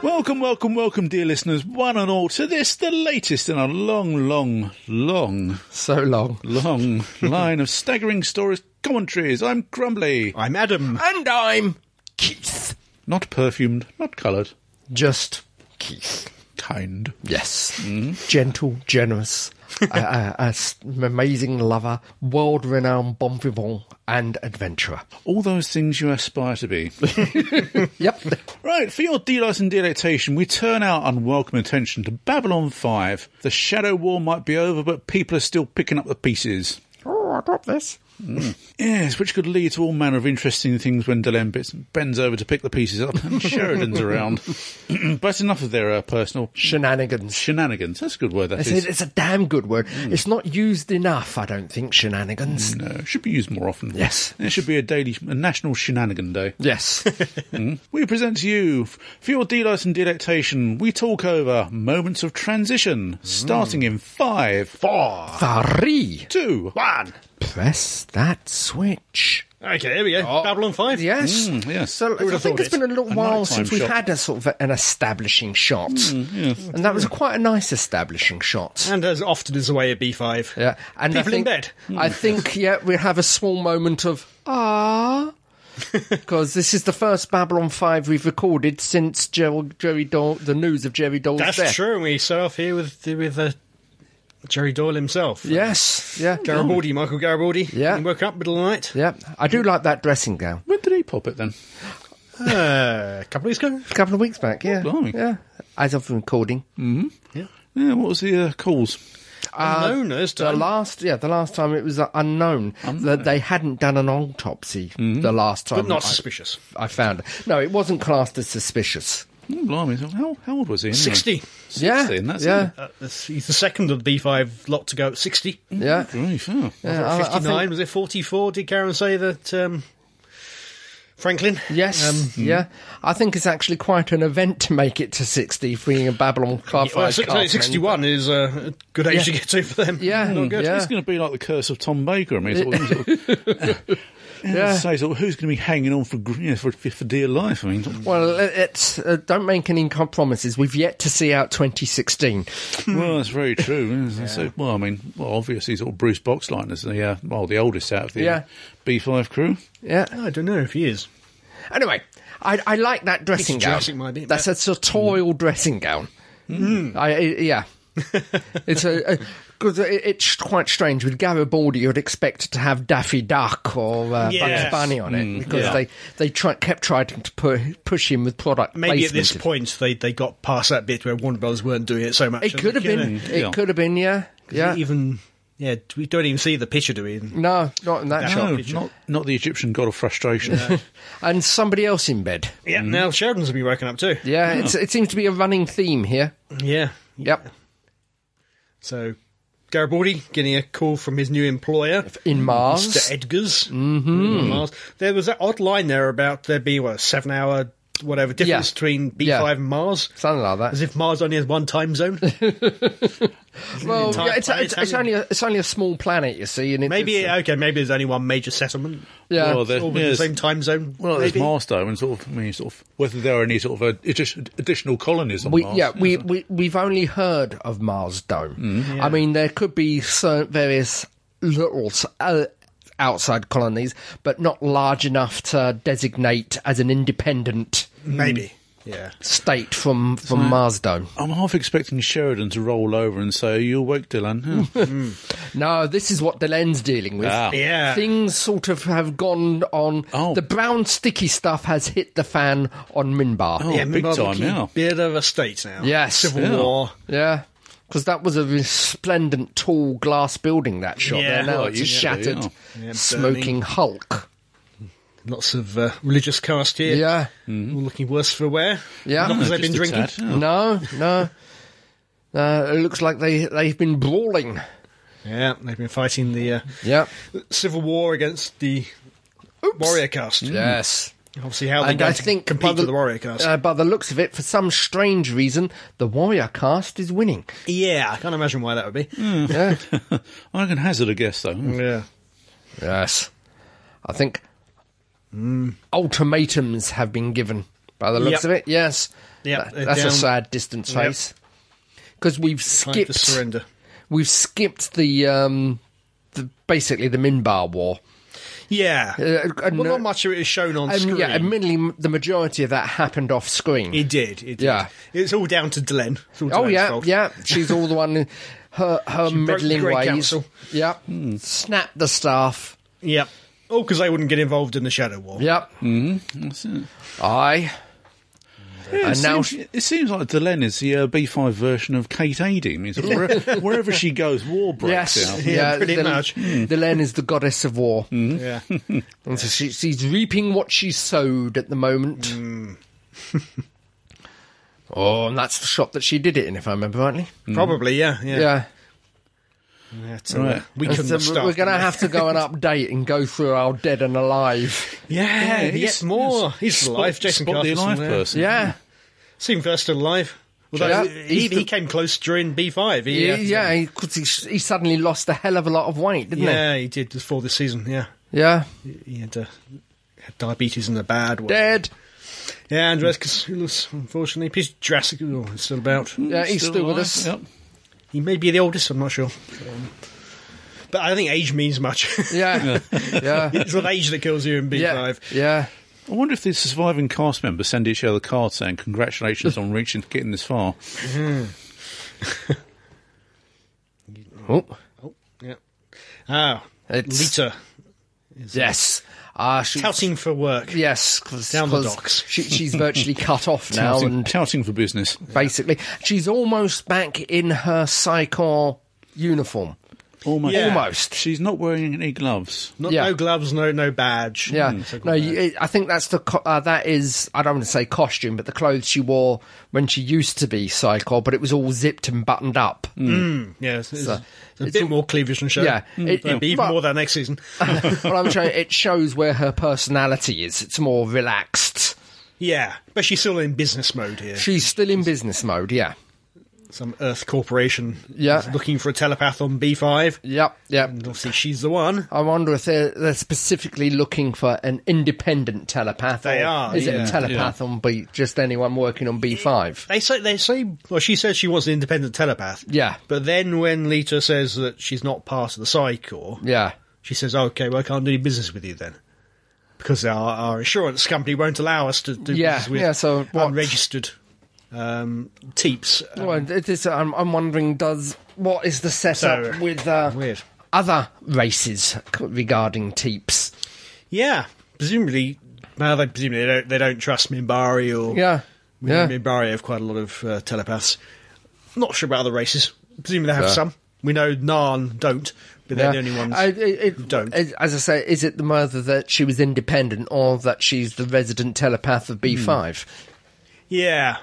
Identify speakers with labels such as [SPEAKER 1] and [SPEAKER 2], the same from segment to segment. [SPEAKER 1] Welcome, welcome, welcome, dear listeners, one and all, to this, the latest in our long, long, long,
[SPEAKER 2] So long.
[SPEAKER 1] long line of staggering stories, commentaries. I'm Crumbly.
[SPEAKER 3] I'm Adam.
[SPEAKER 2] And I'm Keith.
[SPEAKER 1] Not perfumed, not coloured,
[SPEAKER 2] Just Keith.
[SPEAKER 1] kind.
[SPEAKER 2] Yes. Gentle, generous, a- a- a s- an amazing lover, world renowned bon vivant, and adventurer.
[SPEAKER 1] All those things you aspire to be.
[SPEAKER 2] Yep.
[SPEAKER 1] Right, for your delight and delectation, we turn our unwelcome attention to Babylon 5. The Shadow War might be over, but people are still picking up the pieces.
[SPEAKER 2] oh, I got this.
[SPEAKER 1] Yes, which could lead to all manner of interesting things when Delembit bends over to pick the pieces up and Sheridan's around. but enough of their uh, personal
[SPEAKER 2] Shenanigans.
[SPEAKER 1] shenanigans. That's a good word, that
[SPEAKER 2] It's,
[SPEAKER 1] is.
[SPEAKER 2] it's a damn good word. It's not used enough, I don't think, shenanigans.
[SPEAKER 1] No, Uh, should be used more often.
[SPEAKER 2] Yes.
[SPEAKER 1] There should be a daily, a national shenanigan day.
[SPEAKER 2] Yes.
[SPEAKER 1] We present to you, f- for your delight and delectation, we talk over moments of transition, starting in five,
[SPEAKER 3] Four.
[SPEAKER 2] Three.
[SPEAKER 1] two,
[SPEAKER 3] One.
[SPEAKER 2] Press that switch.
[SPEAKER 3] Okay, here we go. Babylon 5.
[SPEAKER 2] Oh. Yes.
[SPEAKER 1] Mm, yes.
[SPEAKER 2] So
[SPEAKER 3] would've
[SPEAKER 2] I think
[SPEAKER 3] thought
[SPEAKER 2] it's been a little
[SPEAKER 1] a
[SPEAKER 2] while
[SPEAKER 1] nighttime
[SPEAKER 2] since we've
[SPEAKER 1] shot. Mm,
[SPEAKER 2] had a sort of a- an establishing shot, and that was quite a nice establishing shot.
[SPEAKER 3] And as often as the way at B5.
[SPEAKER 2] Yeah, and I
[SPEAKER 3] People in
[SPEAKER 2] think,
[SPEAKER 3] bed.
[SPEAKER 1] Mm.
[SPEAKER 2] I think yeah, we have a small moment of ah, because this is the first Babylon Five we've recorded since Jer- Jerry Doll, the news of Jerry Doll's
[SPEAKER 3] That's
[SPEAKER 2] death.
[SPEAKER 3] true. And we start off here with with uh, Jerry Doyle himself.
[SPEAKER 2] Yes, yeah, Oh.
[SPEAKER 3] Garibaldi, Michael Garibaldi.
[SPEAKER 2] Yeah.
[SPEAKER 3] He woke up middle of the night.
[SPEAKER 2] yeah. I do like that dressing gown.
[SPEAKER 1] When did he pop it then?
[SPEAKER 3] Uh, a couple of weeks ago.
[SPEAKER 2] A couple of weeks back, yeah,
[SPEAKER 1] Oh, blimey.
[SPEAKER 2] yeah. As of recording,
[SPEAKER 1] Yeah, what was the uh, cause?
[SPEAKER 3] Unknown as
[SPEAKER 2] Uh, The
[SPEAKER 3] to.
[SPEAKER 2] last, yeah, the last time it was uh, unknown that they hadn't done an autopsy. The last time,
[SPEAKER 3] but not
[SPEAKER 2] I,
[SPEAKER 3] suspicious.
[SPEAKER 2] I found, no, it wasn't classed as suspicious.
[SPEAKER 1] Oh, blimey. so How, how old was he?
[SPEAKER 2] Mm.
[SPEAKER 1] anyway?
[SPEAKER 3] 60.
[SPEAKER 2] Yeah,
[SPEAKER 1] 16, that's
[SPEAKER 2] yeah,
[SPEAKER 1] it.
[SPEAKER 3] Uh, this- he's the second of the B5 lot to go. 60.
[SPEAKER 2] yeah.
[SPEAKER 1] Grief, oh.
[SPEAKER 2] yeah. I- I think-
[SPEAKER 3] 59. was it 44? Did Karen say that um, Franklin?
[SPEAKER 2] yes, yeah. I think it's actually quite an event to make it to sixty, being a Babylon Car
[SPEAKER 3] Well,
[SPEAKER 2] Five
[SPEAKER 3] so- so
[SPEAKER 2] cast member.
[SPEAKER 3] 61 is uh, a good age to get to for them.
[SPEAKER 2] Yeah,
[SPEAKER 3] Not good.
[SPEAKER 2] yeah.
[SPEAKER 1] It's going to be like the curse of Tom Baker. I mean, it's all, it's all,
[SPEAKER 2] Yeah.
[SPEAKER 1] say, sort of, who's going to be hanging on for, gr- you know, for for dear life? I mean, sort of-
[SPEAKER 2] Well, it- it's uh, don't make any com- promises. We've yet to see out 2016.
[SPEAKER 1] well, that's very true. isn't it? So, well, I mean, well, obviously, sort of Bruce Boxline is the uh, well, the oldest out of the
[SPEAKER 2] Yeah.
[SPEAKER 1] B5 crew.
[SPEAKER 2] Yeah.
[SPEAKER 3] I don't know if he is.
[SPEAKER 2] Anyway, I, I like that dressing
[SPEAKER 3] It's
[SPEAKER 2] gown.
[SPEAKER 3] Jurassic might be,
[SPEAKER 2] That's a sartorial
[SPEAKER 3] Mm.
[SPEAKER 2] dressing gown. I, I- yeah, it's a. a Cause it, it's quite strange with Garibaldi. You'd expect it to have Daffy Duck or uh,
[SPEAKER 3] Yes. Mm,
[SPEAKER 2] Bugs Bunny on it because
[SPEAKER 3] yeah.
[SPEAKER 2] they they try, kept trying to pu- push him with product
[SPEAKER 3] Maybe at this
[SPEAKER 2] placement.
[SPEAKER 3] point they, they got past that bit where Warner Brothers weren't doing it so much.
[SPEAKER 2] It could have been.
[SPEAKER 1] Mm,
[SPEAKER 2] It
[SPEAKER 1] yeah.
[SPEAKER 2] could have been. Yeah.
[SPEAKER 3] Yeah.
[SPEAKER 2] Yeah.
[SPEAKER 3] Even yeah, we don't even see the picture, do we?
[SPEAKER 2] No, not in that
[SPEAKER 3] No.
[SPEAKER 2] shot.
[SPEAKER 1] No,
[SPEAKER 3] picture.
[SPEAKER 1] not not the Egyptian god of frustration.
[SPEAKER 2] And somebody else in bed.
[SPEAKER 3] Yeah. Now Sheridan's will be woken up too.
[SPEAKER 2] Yeah, it's,
[SPEAKER 3] Oh.
[SPEAKER 2] it seems to be a running theme here.
[SPEAKER 3] Yeah.
[SPEAKER 2] Yep.
[SPEAKER 3] So Garibaldi getting a call from his new employer.
[SPEAKER 2] In Mars.
[SPEAKER 3] Mr. Edgar's. Mm-hmm. There was that odd line there about there being what, a seven hour whatever difference
[SPEAKER 2] Yeah.
[SPEAKER 3] between B5
[SPEAKER 2] Yeah.
[SPEAKER 3] and Mars.
[SPEAKER 2] Something like that.
[SPEAKER 3] As if Mars only has one time zone.
[SPEAKER 2] Well,
[SPEAKER 3] entire
[SPEAKER 2] Oh, yeah, it's, it's,
[SPEAKER 3] planet,
[SPEAKER 2] it's
[SPEAKER 3] haven't
[SPEAKER 2] only a, it's only a small planet, you see, and it,
[SPEAKER 3] Maybe
[SPEAKER 2] it's,
[SPEAKER 3] okay. Maybe there's only one major settlement.
[SPEAKER 2] yeah,
[SPEAKER 1] Well, there-
[SPEAKER 3] all within
[SPEAKER 1] yes.
[SPEAKER 3] the same time zone.
[SPEAKER 1] Well, there's
[SPEAKER 3] maybe.
[SPEAKER 1] Mars though, and sort of, I mean, sort of, whether there are any sort of uh, addi- additional colonies on
[SPEAKER 2] we,
[SPEAKER 1] Mars.
[SPEAKER 2] yeah, we, we we've only heard of Mars Dome.
[SPEAKER 1] Mm,
[SPEAKER 2] I mean, there could be cer various little s- uh, outside colonies, but not large enough to designate as an independent
[SPEAKER 3] maybe. Yeah.
[SPEAKER 2] state from from
[SPEAKER 1] Hmm.
[SPEAKER 2] Mars Dome.
[SPEAKER 1] I'm half expecting Sheridan to roll over and say, "Are you awake, Dylan?" Yeah.
[SPEAKER 2] No, this is what the lens dealing with.
[SPEAKER 1] Ah.
[SPEAKER 3] Yeah.
[SPEAKER 2] Things sort of have gone on.
[SPEAKER 1] Oh.
[SPEAKER 2] The brown sticky stuff has hit the fan on Minbar.
[SPEAKER 1] Oh,
[SPEAKER 3] yeah,
[SPEAKER 1] big
[SPEAKER 3] Mumbai
[SPEAKER 1] time
[SPEAKER 3] looking
[SPEAKER 1] now.
[SPEAKER 3] Bit of a state now.
[SPEAKER 2] Yes.
[SPEAKER 3] Civil
[SPEAKER 1] Yeah.
[SPEAKER 3] war.
[SPEAKER 2] Yeah, because that was a resplendent tall glass building. That shot
[SPEAKER 3] Yeah.
[SPEAKER 2] there now
[SPEAKER 3] Well,
[SPEAKER 2] it's a
[SPEAKER 1] used to,
[SPEAKER 2] shattered,
[SPEAKER 1] yeah.
[SPEAKER 3] Yeah,
[SPEAKER 2] smoking
[SPEAKER 3] burning.
[SPEAKER 2] hulk.
[SPEAKER 3] Lots of uh, religious caste here. Mm-hmm.
[SPEAKER 2] Yeah,
[SPEAKER 3] All looking worse for wear.
[SPEAKER 2] Yeah. Mm-hmm.
[SPEAKER 3] Not
[SPEAKER 1] No,
[SPEAKER 3] because they've
[SPEAKER 1] just
[SPEAKER 3] been
[SPEAKER 1] a
[SPEAKER 3] drinking.
[SPEAKER 1] tad, Oh, yeah.
[SPEAKER 2] no, no. Uh, it looks like they they've been brawling.
[SPEAKER 3] Yeah, they've been fighting the uh,
[SPEAKER 2] Yeah.
[SPEAKER 3] civil war against the warrior caste.
[SPEAKER 2] Yes.
[SPEAKER 3] Obviously, how they
[SPEAKER 2] And
[SPEAKER 3] going
[SPEAKER 2] I
[SPEAKER 3] to
[SPEAKER 2] think
[SPEAKER 3] compete
[SPEAKER 2] by
[SPEAKER 3] with the warrior caste.
[SPEAKER 2] Uh, by the looks of it, for some strange reason, the warrior cast is winning.
[SPEAKER 3] yeah, I can't imagine why that would be.
[SPEAKER 2] Yeah.
[SPEAKER 1] I can hazard a guess though.
[SPEAKER 3] Yeah.
[SPEAKER 2] yes. I think ultimatums have been given. by the looks
[SPEAKER 3] Yep.
[SPEAKER 2] of it. Yes.
[SPEAKER 3] Yep,
[SPEAKER 2] That-
[SPEAKER 3] they're
[SPEAKER 2] that's a
[SPEAKER 3] down.
[SPEAKER 2] sad distance
[SPEAKER 3] Yep.
[SPEAKER 2] face. Because we've
[SPEAKER 3] Time
[SPEAKER 2] skipped
[SPEAKER 3] to surrender.
[SPEAKER 2] we've skipped the um the basically the Minbar war.
[SPEAKER 3] Yeah.
[SPEAKER 2] Uh, and,
[SPEAKER 3] well,
[SPEAKER 2] uh,
[SPEAKER 3] not much of it is shown on
[SPEAKER 2] and,
[SPEAKER 3] screen.
[SPEAKER 2] yeah, admittedly, m- the majority of that happened off screen.
[SPEAKER 3] it did. It did.
[SPEAKER 2] Yeah.
[SPEAKER 3] It's all down to Delenn. It's all
[SPEAKER 2] oh
[SPEAKER 3] Delenn's
[SPEAKER 2] yeah,
[SPEAKER 3] fault.
[SPEAKER 2] yeah. She's all the one. Her her
[SPEAKER 3] the
[SPEAKER 2] meddling
[SPEAKER 3] Great
[SPEAKER 2] ways.
[SPEAKER 3] Council.
[SPEAKER 2] Yeah, snap the staff.
[SPEAKER 3] Yep. Oh, because they wouldn't get involved in the Shadow War.
[SPEAKER 2] Yep,
[SPEAKER 1] Hmm. That's it.
[SPEAKER 2] I.
[SPEAKER 1] Yeah, it,
[SPEAKER 2] And Mm-hmm. now
[SPEAKER 1] seems, it seems like Delenn is the uh, B5 version of Kate Aiding. It's where- wherever she goes, war breaks
[SPEAKER 2] Yes,
[SPEAKER 1] out.
[SPEAKER 3] Yeah, pretty
[SPEAKER 2] the,
[SPEAKER 3] much.
[SPEAKER 2] The Len is the goddess of war,
[SPEAKER 3] Yeah.
[SPEAKER 2] and so she, she's reaping what she sowed at the moment.
[SPEAKER 3] Hmm.
[SPEAKER 2] oh, and that's the shop that she did it in, if I remember rightly.
[SPEAKER 3] Probably, yeah. Yeah.
[SPEAKER 2] Yeah,
[SPEAKER 3] That's, uh,
[SPEAKER 1] Right.
[SPEAKER 3] We couldn't
[SPEAKER 2] So
[SPEAKER 3] have started
[SPEAKER 2] we're going to
[SPEAKER 3] that.
[SPEAKER 2] have to go and update and go through our dead and alive.
[SPEAKER 3] Yeah, he's, more. He's alive. Jason
[SPEAKER 1] spot the
[SPEAKER 3] Carter's
[SPEAKER 1] alive
[SPEAKER 3] there.
[SPEAKER 1] person.
[SPEAKER 2] Yeah,
[SPEAKER 3] Stephen Kerr's still alive. Although
[SPEAKER 2] Yeah,
[SPEAKER 3] he,
[SPEAKER 2] he's
[SPEAKER 3] he
[SPEAKER 2] the-
[SPEAKER 3] came close during B5. He,
[SPEAKER 2] yeah,
[SPEAKER 3] uh,
[SPEAKER 2] yeah. Because he, he, suddenly lost a hell of a lot of weight, didn't
[SPEAKER 3] Yeah, he did before this season. Yeah,
[SPEAKER 2] he? Yeah,
[SPEAKER 3] he had, uh, had diabetes in a bad way.
[SPEAKER 2] dead.
[SPEAKER 3] Yeah, Andres Casulas, unfortunately, he's drastic. Oh, he's still about.
[SPEAKER 2] Yeah, he's still, with
[SPEAKER 1] alive,
[SPEAKER 2] us.
[SPEAKER 1] Yep.
[SPEAKER 3] He may be the oldest. I'm not sure. Um, but I don't think age means much.
[SPEAKER 2] Yeah, yeah,
[SPEAKER 3] it's not age that kills you in B5.
[SPEAKER 2] yeah, yeah.
[SPEAKER 1] I wonder if the surviving cast members send each other cards saying congratulations on reaching getting this far.
[SPEAKER 2] Oh,
[SPEAKER 3] Oh, yeah. Ah,
[SPEAKER 2] It's-
[SPEAKER 3] Lita
[SPEAKER 2] yes. Ah, she,
[SPEAKER 3] touting for work.
[SPEAKER 2] Yes, cause,
[SPEAKER 3] Down the
[SPEAKER 2] 'cause
[SPEAKER 3] docks.
[SPEAKER 2] She, she's virtually cut off now,
[SPEAKER 1] Touting,
[SPEAKER 2] and
[SPEAKER 1] touting for business.
[SPEAKER 2] basically, she's almost back in her psychor uniform.
[SPEAKER 1] Almost.
[SPEAKER 3] Yeah.
[SPEAKER 2] Almost.
[SPEAKER 1] She's not wearing any gloves.
[SPEAKER 3] Not,
[SPEAKER 2] Yeah.
[SPEAKER 3] No gloves, no no badge.
[SPEAKER 2] Yeah.
[SPEAKER 3] Mm, so
[SPEAKER 2] no, you, I think that's the co- uh, that is I don't want to say costume, but the clothes she wore when she used to be psychor, but it was all zipped and buttoned up.
[SPEAKER 3] Mm. Yeah, it's, it's a
[SPEAKER 2] it's
[SPEAKER 3] bit
[SPEAKER 2] all-
[SPEAKER 3] more cleavage than show.
[SPEAKER 2] Yeah, it-
[SPEAKER 3] But
[SPEAKER 2] it-
[SPEAKER 3] even
[SPEAKER 2] but-
[SPEAKER 3] more than next season.
[SPEAKER 2] well, I'm showing it shows where her personality is. It's more relaxed.
[SPEAKER 3] yeah, but she's still in business mode here.
[SPEAKER 2] She's still in business mode. Yeah.
[SPEAKER 3] Some Earth corporation
[SPEAKER 2] Yeah.
[SPEAKER 3] is looking for a telepath on B5.
[SPEAKER 2] Yep. Yep.
[SPEAKER 3] And obviously, she's the one.
[SPEAKER 2] I wonder if they're, they're specifically looking for an independent telepath.
[SPEAKER 3] They
[SPEAKER 2] or
[SPEAKER 3] are,
[SPEAKER 2] Is it
[SPEAKER 3] yeah.
[SPEAKER 2] a telepath on B? Just anyone working on B five?
[SPEAKER 3] They say they say. Well, she says she wants an independent telepath.
[SPEAKER 2] Yeah.
[SPEAKER 3] But then when Lita says that she's not part of the Psycor,
[SPEAKER 2] Yeah.
[SPEAKER 3] she says, "Okay, well, I can't do any business with you then." Because our, our insurance company won't allow us to do
[SPEAKER 2] Yeah,
[SPEAKER 3] business with
[SPEAKER 2] yeah, so what-
[SPEAKER 3] unregistered um, teeps.
[SPEAKER 2] Well, it is, I'm, I'm wondering, does what is the setup
[SPEAKER 3] So,
[SPEAKER 2] with uh,
[SPEAKER 3] weird.
[SPEAKER 2] other races c- regarding teeps?
[SPEAKER 3] Yeah, presumably. Well, they presumably they don't, they don't trust Mimbari or
[SPEAKER 2] Yeah,
[SPEAKER 3] We
[SPEAKER 2] yeah.
[SPEAKER 3] know Mimbari have quite a lot of uh, telepaths. Not sure about other races. Presumably they have some. We know Narn don't, but they're the
[SPEAKER 2] Yeah.
[SPEAKER 3] only ones.
[SPEAKER 2] I- it- it-
[SPEAKER 3] who don't.
[SPEAKER 2] it- As I say, is it the mother that she was independent, or that she's the resident telepath of B five?
[SPEAKER 3] yeah, Hmm.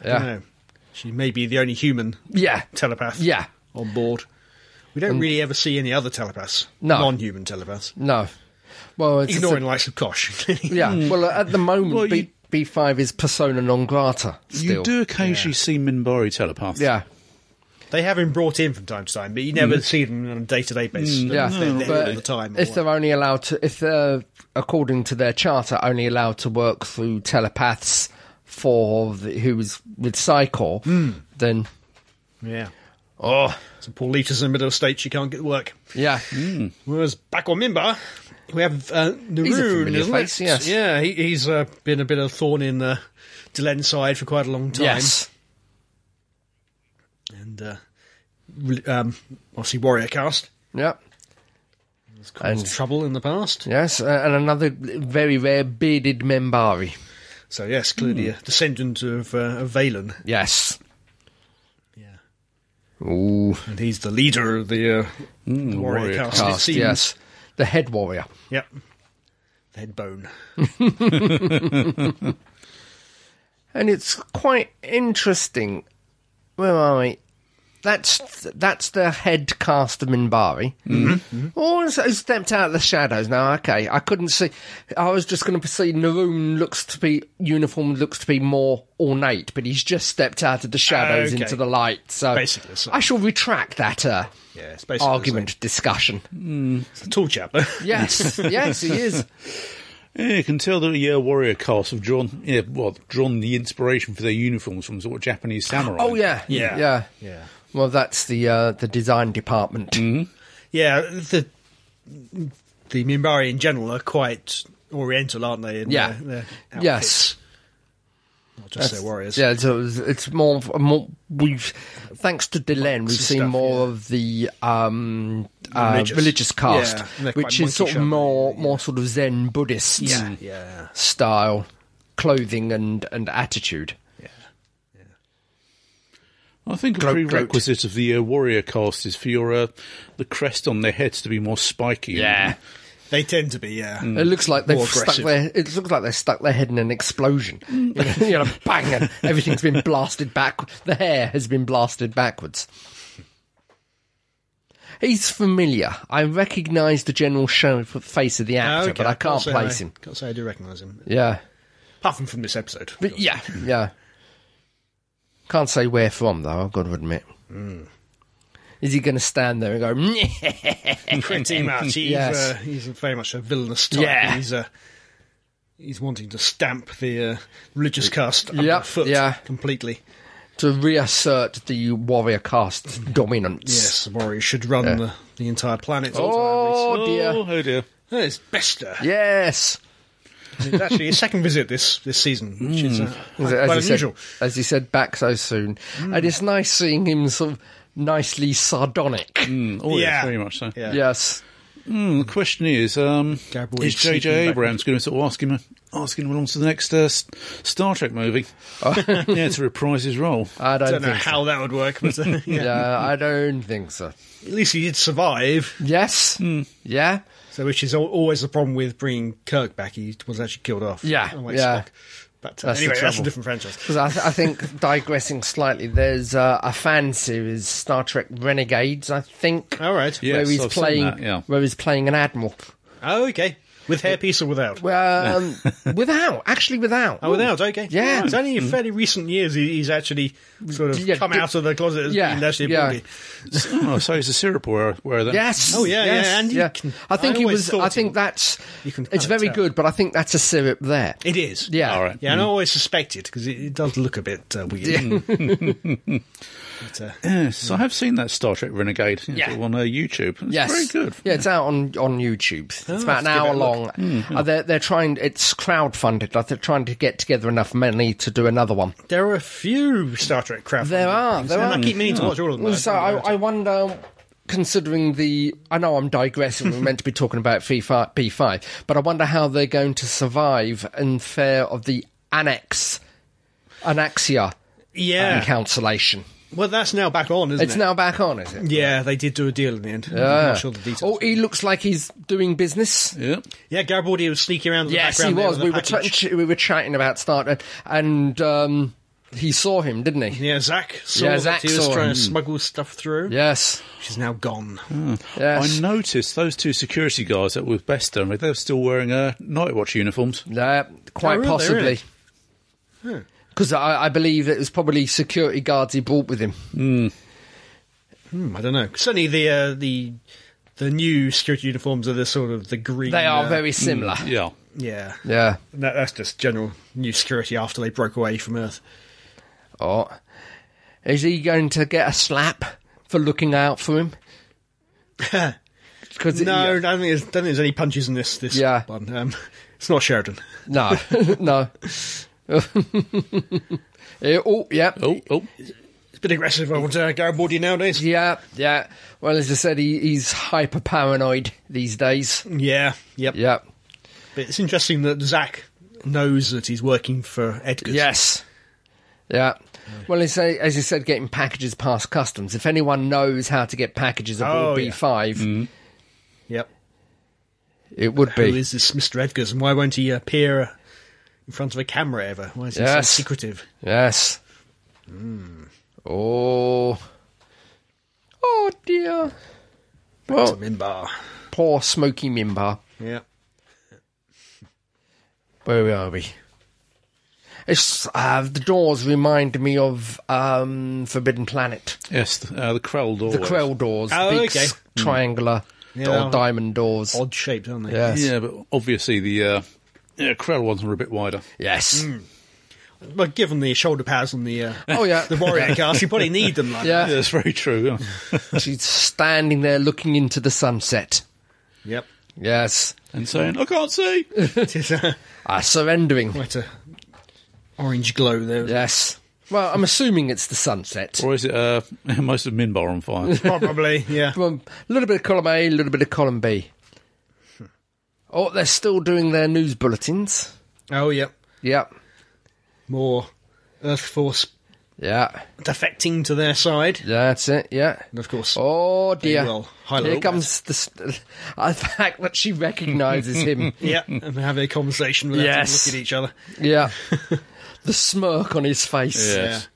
[SPEAKER 3] I
[SPEAKER 2] Yeah,
[SPEAKER 3] dunno. she may be the only human
[SPEAKER 2] yeah,
[SPEAKER 3] telepath.
[SPEAKER 2] yeah.
[SPEAKER 3] on board. We don't really ever see any other telepaths.
[SPEAKER 2] No.
[SPEAKER 3] non-human telepaths.
[SPEAKER 2] No, well, it's
[SPEAKER 3] Ignoring the likes of Kosh.
[SPEAKER 2] yeah.
[SPEAKER 3] Hmm.
[SPEAKER 2] Well, at the moment,
[SPEAKER 1] Well, you-
[SPEAKER 2] B B five is persona non grata. Still,
[SPEAKER 1] You do occasionally see Minbari telepaths.
[SPEAKER 2] yeah.
[SPEAKER 3] they have been brought in from time to time, but you never see them on a day-to-day basis.
[SPEAKER 2] Mm. Yeah, Mm.
[SPEAKER 3] they're there
[SPEAKER 2] but
[SPEAKER 3] all the time.
[SPEAKER 2] If they're only allowed to, if they're according to their charter, only allowed to work through telepaths for the, who is with Psychor,
[SPEAKER 3] Hmm.
[SPEAKER 2] then
[SPEAKER 3] yeah.
[SPEAKER 2] oh
[SPEAKER 3] So poor Lita's in the middle of state, she can't get work.
[SPEAKER 2] yeah,
[SPEAKER 3] Hmm, Whereas back on Mimba, we have uh, Naroon,
[SPEAKER 2] familiar
[SPEAKER 3] isn't
[SPEAKER 2] face,
[SPEAKER 3] it?
[SPEAKER 2] yes.
[SPEAKER 3] Yeah, he, he's uh, been a bit of a thorn in uh, Delen's side for quite a long time.
[SPEAKER 2] yes,
[SPEAKER 3] And uh, re- um, obviously Warrior Cast
[SPEAKER 2] yep,
[SPEAKER 3] has caused
[SPEAKER 2] And-
[SPEAKER 3] trouble in the past.
[SPEAKER 2] yes, uh, and another very rare bearded Membari.
[SPEAKER 3] So yes, clearly
[SPEAKER 2] Hmm.
[SPEAKER 3] a descendant of, uh, of Valen.
[SPEAKER 2] Yes.
[SPEAKER 3] Yeah.
[SPEAKER 2] Ooh,
[SPEAKER 3] And he's the leader of the, uh,
[SPEAKER 2] Hmm,
[SPEAKER 3] the Warrior,
[SPEAKER 1] Warrior
[SPEAKER 3] Cast, it
[SPEAKER 2] cast,
[SPEAKER 3] seems.
[SPEAKER 2] yes, the head warrior.
[SPEAKER 3] Yep. The head bone.
[SPEAKER 2] and it's quite interesting. Where are we? That's that's the head cast of Minbari. Mm-hmm. Oh, so he stepped out of the shadows. Now, okay, I couldn't see. I was just going to see. Naroon looks to be uniform looks to be more ornate, but he's just stepped out of the shadows
[SPEAKER 3] Okay.
[SPEAKER 2] into the light. So,
[SPEAKER 3] Basically, so-
[SPEAKER 2] I shall retract that uh,
[SPEAKER 3] Yeah, it's basically
[SPEAKER 2] argument discussion.
[SPEAKER 3] It's a tall chap.
[SPEAKER 2] Yes, yes, he is.
[SPEAKER 1] Yeah, you can tell that the uh, warrior cast have drawn, yeah, well, drawn the inspiration for their uniforms from sort of Japanese samurai.
[SPEAKER 2] Oh yeah,
[SPEAKER 3] Yeah.
[SPEAKER 2] yeah,
[SPEAKER 3] Yeah.
[SPEAKER 2] Well, that's the uh, the design department.
[SPEAKER 3] Mm. Yeah, the the Minbari in general are quite oriental, aren't they? In
[SPEAKER 2] Yeah.
[SPEAKER 3] Their, their
[SPEAKER 2] Yes.
[SPEAKER 3] outfits? Not just their warriors.
[SPEAKER 2] Yeah, so it's, it's more, of- more. We've thanks to Delenn, we've
[SPEAKER 3] Monks and
[SPEAKER 2] seen
[SPEAKER 3] stuff,
[SPEAKER 2] more of the um, uh,
[SPEAKER 3] Religious.
[SPEAKER 2] religious. cast,
[SPEAKER 3] Yeah, and they're quite
[SPEAKER 2] which is sort of
[SPEAKER 3] monkish,
[SPEAKER 2] more more sort of Zen Buddhist
[SPEAKER 3] Yeah. Yeah.
[SPEAKER 2] style clothing and and attitude.
[SPEAKER 1] I think a
[SPEAKER 2] Gloat, gloat.
[SPEAKER 1] prerequisite of the uh, warrior cast is for your uh, the crest on their heads to be more spiky.
[SPEAKER 3] They tend to be, yeah.
[SPEAKER 2] It looks like they've
[SPEAKER 3] More
[SPEAKER 2] stuck
[SPEAKER 3] aggressive.
[SPEAKER 2] their. It looks like they stuck their head in an explosion. you know, bang, and everything's been blasted back. The hair has been blasted backwards. He's familiar. I recognise the general show f- face of the actor, but I can't
[SPEAKER 3] say
[SPEAKER 2] place
[SPEAKER 3] I,
[SPEAKER 2] him.
[SPEAKER 3] Can't say I do recognise him.
[SPEAKER 2] Yeah,
[SPEAKER 3] Apart from from this episode.
[SPEAKER 2] but yeah, yeah. Can't say where from though. I've got to admit. Is he going to stand there and go? "Nyeh."
[SPEAKER 3] Pretty much. He's,
[SPEAKER 2] Yes.
[SPEAKER 3] uh, he's very much a villainous type.
[SPEAKER 2] Yeah.
[SPEAKER 3] He's, uh, he's wanting to stamp the uh, religious caste under
[SPEAKER 2] Yeah,
[SPEAKER 3] foot
[SPEAKER 2] yeah.
[SPEAKER 3] completely.
[SPEAKER 2] to reassert the warrior caste's dominance.
[SPEAKER 3] Yes, the warriors should run the, the entire planet. ultimately.
[SPEAKER 2] Oh dear.
[SPEAKER 1] Oh, oh dear.
[SPEAKER 3] Oh, it's Bester.
[SPEAKER 2] Yes.
[SPEAKER 3] It's actually his second visit this, this season, which is uh,
[SPEAKER 2] Hmm. As, as
[SPEAKER 3] quite
[SPEAKER 2] he
[SPEAKER 3] unusual. Hmm.
[SPEAKER 2] Said, as he said, back so soon. And it's nice seeing him sort of nicely sardonic.
[SPEAKER 3] Hmm.
[SPEAKER 1] Mm, oh, yeah.
[SPEAKER 3] Yeah.
[SPEAKER 1] very much so.
[SPEAKER 3] Yeah.
[SPEAKER 2] Yes.
[SPEAKER 1] Mm, the question is, um,
[SPEAKER 3] Gabriel
[SPEAKER 1] is J.J.
[SPEAKER 3] sneaking back.
[SPEAKER 1] Abrams going to sort of ask him, ask him along to the next uh, S- Star Trek movie?
[SPEAKER 3] Oh.
[SPEAKER 1] yeah, to reprise his role.
[SPEAKER 2] I don't,
[SPEAKER 3] I don't know
[SPEAKER 2] think so.
[SPEAKER 3] how that would work, but uh, yeah.
[SPEAKER 2] Yeah, I don't think so.
[SPEAKER 3] at least he did survive.
[SPEAKER 2] Yes.
[SPEAKER 3] Hmm.
[SPEAKER 2] Yeah.
[SPEAKER 3] So, which is al- always the problem with bringing Kirk back. He was actually killed off.
[SPEAKER 2] Yeah,
[SPEAKER 3] Unlike
[SPEAKER 2] yeah.
[SPEAKER 3] Spock. But uh,
[SPEAKER 2] That's the
[SPEAKER 3] anyway, that's a
[SPEAKER 2] trouble.
[SPEAKER 3] different franchise.
[SPEAKER 2] Because I, th- I think, digressing slightly, there's uh, a fan series, Star Trek Renegades, I think.
[SPEAKER 3] All right.
[SPEAKER 1] Yeah.
[SPEAKER 2] where
[SPEAKER 1] Yes,
[SPEAKER 2] he's
[SPEAKER 1] I've seen
[SPEAKER 2] playing,
[SPEAKER 1] that, yeah.
[SPEAKER 2] where he's playing an admiral.
[SPEAKER 3] Oh, okay. With hairpiece or without?
[SPEAKER 2] Um, without, actually, without.
[SPEAKER 3] Oh, without. Okay.
[SPEAKER 2] Yeah. Mm-hmm.
[SPEAKER 3] It's only in fairly recent years he, he's actually sort of
[SPEAKER 2] Yeah,
[SPEAKER 3] come
[SPEAKER 2] di-
[SPEAKER 3] out of the closet as
[SPEAKER 2] Yeah,
[SPEAKER 3] being actually
[SPEAKER 2] yeah.
[SPEAKER 3] a boogie.
[SPEAKER 1] oh, so it's a syrup wearer, wearer then.
[SPEAKER 2] Yes.
[SPEAKER 3] Oh, yeah, yeah,
[SPEAKER 2] yes,
[SPEAKER 3] and you can-
[SPEAKER 2] I think
[SPEAKER 3] I
[SPEAKER 2] it
[SPEAKER 3] always
[SPEAKER 2] was.
[SPEAKER 3] thought
[SPEAKER 2] I think
[SPEAKER 3] it-
[SPEAKER 2] that's.
[SPEAKER 3] you can
[SPEAKER 2] it's
[SPEAKER 3] kinda
[SPEAKER 2] very
[SPEAKER 3] tell.
[SPEAKER 2] good, but I think that's a syrup there.
[SPEAKER 3] It is.
[SPEAKER 2] yeah.
[SPEAKER 1] All right. Mm.
[SPEAKER 3] Yeah, and I always suspected because it, it does look a bit uh, weird. But, uh,
[SPEAKER 1] Yes, I have seen that Star Trek Renegade
[SPEAKER 2] Mm. Yeah.
[SPEAKER 1] on uh, YouTube. It's
[SPEAKER 2] Yes.
[SPEAKER 1] very good.
[SPEAKER 2] Yeah, it's out on, on YouTube. It's about an
[SPEAKER 3] Ah, give it a
[SPEAKER 2] hour
[SPEAKER 3] look. Hmm,
[SPEAKER 2] long. Uh, they're, they're trying, it's crowdfunded. Like they're trying to get together enough money to do another one.
[SPEAKER 3] there are a few Star Trek crowd.
[SPEAKER 2] There are, there
[SPEAKER 3] and
[SPEAKER 2] are.
[SPEAKER 3] I keep meaning to watch all of them. but
[SPEAKER 2] so
[SPEAKER 3] don't
[SPEAKER 2] I,
[SPEAKER 3] know how to.
[SPEAKER 2] I wonder, considering the. I know I'm digressing, we're meant to be talking about FIFA, P5, but I wonder how they're going to survive and fare of the annex, Anaxia
[SPEAKER 3] yeah.
[SPEAKER 2] cancellation.
[SPEAKER 3] well, that's now back on, isn't
[SPEAKER 2] It's
[SPEAKER 3] it?
[SPEAKER 2] now back on, is it?
[SPEAKER 3] Yeah, they did do a deal in the end. I'm
[SPEAKER 2] Yeah.
[SPEAKER 3] not sure the details.
[SPEAKER 2] Oh, he looks like he's doing business.
[SPEAKER 1] Yeah.
[SPEAKER 3] Yeah, Garibaldi was sneaking around in the
[SPEAKER 2] Yes, he
[SPEAKER 3] background.
[SPEAKER 2] was.
[SPEAKER 3] there
[SPEAKER 2] We
[SPEAKER 3] with
[SPEAKER 2] were,
[SPEAKER 3] a package.
[SPEAKER 2] touch- we were chatting about Star Trek, and um, he saw him, didn't he?
[SPEAKER 3] Yeah, Zach saw
[SPEAKER 2] Yeah,
[SPEAKER 3] that
[SPEAKER 2] Zach
[SPEAKER 3] he was
[SPEAKER 2] saw
[SPEAKER 3] trying
[SPEAKER 2] him.
[SPEAKER 3] to smuggle stuff through.
[SPEAKER 2] Yes.
[SPEAKER 3] She's now gone.
[SPEAKER 2] Yes.
[SPEAKER 1] I noticed those two security guards that were best done with, they were still wearing uh, Night Watch uniforms.
[SPEAKER 2] Yeah, quite
[SPEAKER 3] Oh, really?
[SPEAKER 2] possibly.
[SPEAKER 3] Really?
[SPEAKER 2] Because I, I believe it was probably security guards he brought with him.
[SPEAKER 3] Hmm, I don't know. Certainly the uh, the the new security uniforms are the sort of the green.
[SPEAKER 2] They are
[SPEAKER 3] uh,
[SPEAKER 2] very similar.
[SPEAKER 1] Yeah.
[SPEAKER 3] Yeah,
[SPEAKER 2] Yeah.
[SPEAKER 3] that, that's just general new security after they broke away from Earth.
[SPEAKER 2] Oh. Is he going to get a slap for looking out for him? Cause it-
[SPEAKER 3] No, I
[SPEAKER 2] yeah.
[SPEAKER 3] don't think there's, don't think there's any punches in this. This
[SPEAKER 2] Yeah.
[SPEAKER 3] one. Um, it's not Sheridan.
[SPEAKER 2] no, no. oh, yeah.
[SPEAKER 1] Oh, oh.
[SPEAKER 3] It's a bit aggressive old uh, Garibaldi nowadays.
[SPEAKER 2] Yeah, yeah. Well, as I said, he, he's hyper paranoid these days.
[SPEAKER 3] Yeah, yep.
[SPEAKER 2] Yeah.
[SPEAKER 3] But it's interesting that Zach knows that he's working for Edgar.
[SPEAKER 2] Yes. Yeah. Well, as I, as you said, getting packages past customs. If anyone knows how to get packages aboard
[SPEAKER 3] Oh, yeah.
[SPEAKER 2] B5,
[SPEAKER 3] Yep.
[SPEAKER 2] it would
[SPEAKER 3] Who
[SPEAKER 2] be.
[SPEAKER 3] is this Mr. Edgars and why won't he appear in front of a camera ever? Why is he
[SPEAKER 2] Yes.
[SPEAKER 3] so secretive?
[SPEAKER 2] Yes.
[SPEAKER 3] Hmm.
[SPEAKER 2] Oh. Oh, dear.
[SPEAKER 3] To
[SPEAKER 2] Well,
[SPEAKER 3] Minbar.
[SPEAKER 2] poor Smoky Mimbar.
[SPEAKER 3] Yeah.
[SPEAKER 2] Where are we? It's, uh, the doors remind me of um, Forbidden Planet.
[SPEAKER 1] Yes, the, uh, the Krell doorway.
[SPEAKER 2] The Krell doors.
[SPEAKER 3] Oh,
[SPEAKER 2] big
[SPEAKER 3] okay.
[SPEAKER 2] s- triangular
[SPEAKER 3] Yeah,
[SPEAKER 2] or
[SPEAKER 3] well,
[SPEAKER 2] diamond doors.
[SPEAKER 3] Odd shaped, aren't they?
[SPEAKER 2] Yes.
[SPEAKER 1] Yeah, but obviously the uh, Yeah, Krell ones were a bit wider.
[SPEAKER 2] Yes.
[SPEAKER 3] But given the shoulder pads on the uh,
[SPEAKER 2] Oh, yeah.
[SPEAKER 3] the warrior cast, you probably need them. Like
[SPEAKER 2] Yeah.
[SPEAKER 1] Yeah, that's very true. yeah.
[SPEAKER 2] She's standing there looking into the sunset.
[SPEAKER 3] Yep.
[SPEAKER 2] Yes.
[SPEAKER 1] and saying, I can't see.
[SPEAKER 3] it is uh,
[SPEAKER 2] Ah, surrendering.
[SPEAKER 3] quite a orange glow there.
[SPEAKER 2] Yes. Well, I'm assuming it's the sunset.
[SPEAKER 1] Or is it uh, most of Minbar on fire?
[SPEAKER 3] Probably. Yeah.
[SPEAKER 2] From a little bit of column A, a little bit of column B. Oh, they're still doing their news bulletins.
[SPEAKER 3] Oh, yeah.
[SPEAKER 2] Yep.
[SPEAKER 3] More Earth Force
[SPEAKER 2] Yeah.
[SPEAKER 3] defecting to their side.
[SPEAKER 2] That's it. Yeah.
[SPEAKER 3] And of course,
[SPEAKER 2] Oh dear!
[SPEAKER 3] will highlight
[SPEAKER 2] Here
[SPEAKER 3] that.
[SPEAKER 2] comes the, s- uh, the fact that she recognises him.
[SPEAKER 3] yeah, and they have a conversation without having to
[SPEAKER 2] Yes.
[SPEAKER 3] look at each other.
[SPEAKER 2] yeah, the smirk on his face.
[SPEAKER 1] Yes.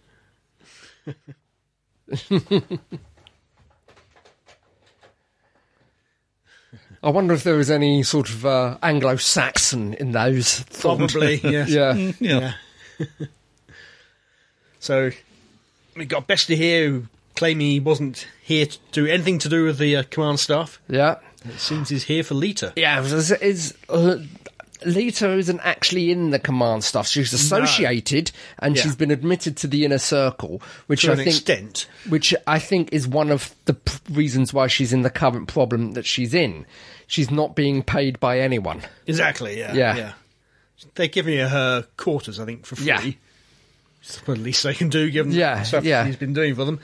[SPEAKER 2] I wonder if there was any sort of uh, Anglo-Saxon in those. thought.
[SPEAKER 3] Probably. Mm. yes.
[SPEAKER 2] Yeah.
[SPEAKER 1] Mm, Yeah.
[SPEAKER 3] Yeah. So we got Bester here who claiming he wasn't here to do anything to do with the uh, command staff.
[SPEAKER 2] Yeah.
[SPEAKER 3] It seems he's here for Lita.
[SPEAKER 2] Yeah. Is, is uh, Lita isn't actually in the command stuff. She's associated, and
[SPEAKER 3] Yeah.
[SPEAKER 2] she's been admitted to the inner circle, which
[SPEAKER 3] To
[SPEAKER 2] I
[SPEAKER 3] an
[SPEAKER 2] think.
[SPEAKER 3] extent.
[SPEAKER 2] which I think is one of the p- reasons why she's in the current problem that she's in. She's not being paid by anyone.
[SPEAKER 3] Exactly, yeah.
[SPEAKER 2] Yeah.
[SPEAKER 3] They're giving her her quarters, I think, for free.
[SPEAKER 2] Yeah.
[SPEAKER 3] It's the least they can do given
[SPEAKER 2] Yeah,
[SPEAKER 3] the stuff
[SPEAKER 2] yeah.
[SPEAKER 3] he's been doing for them.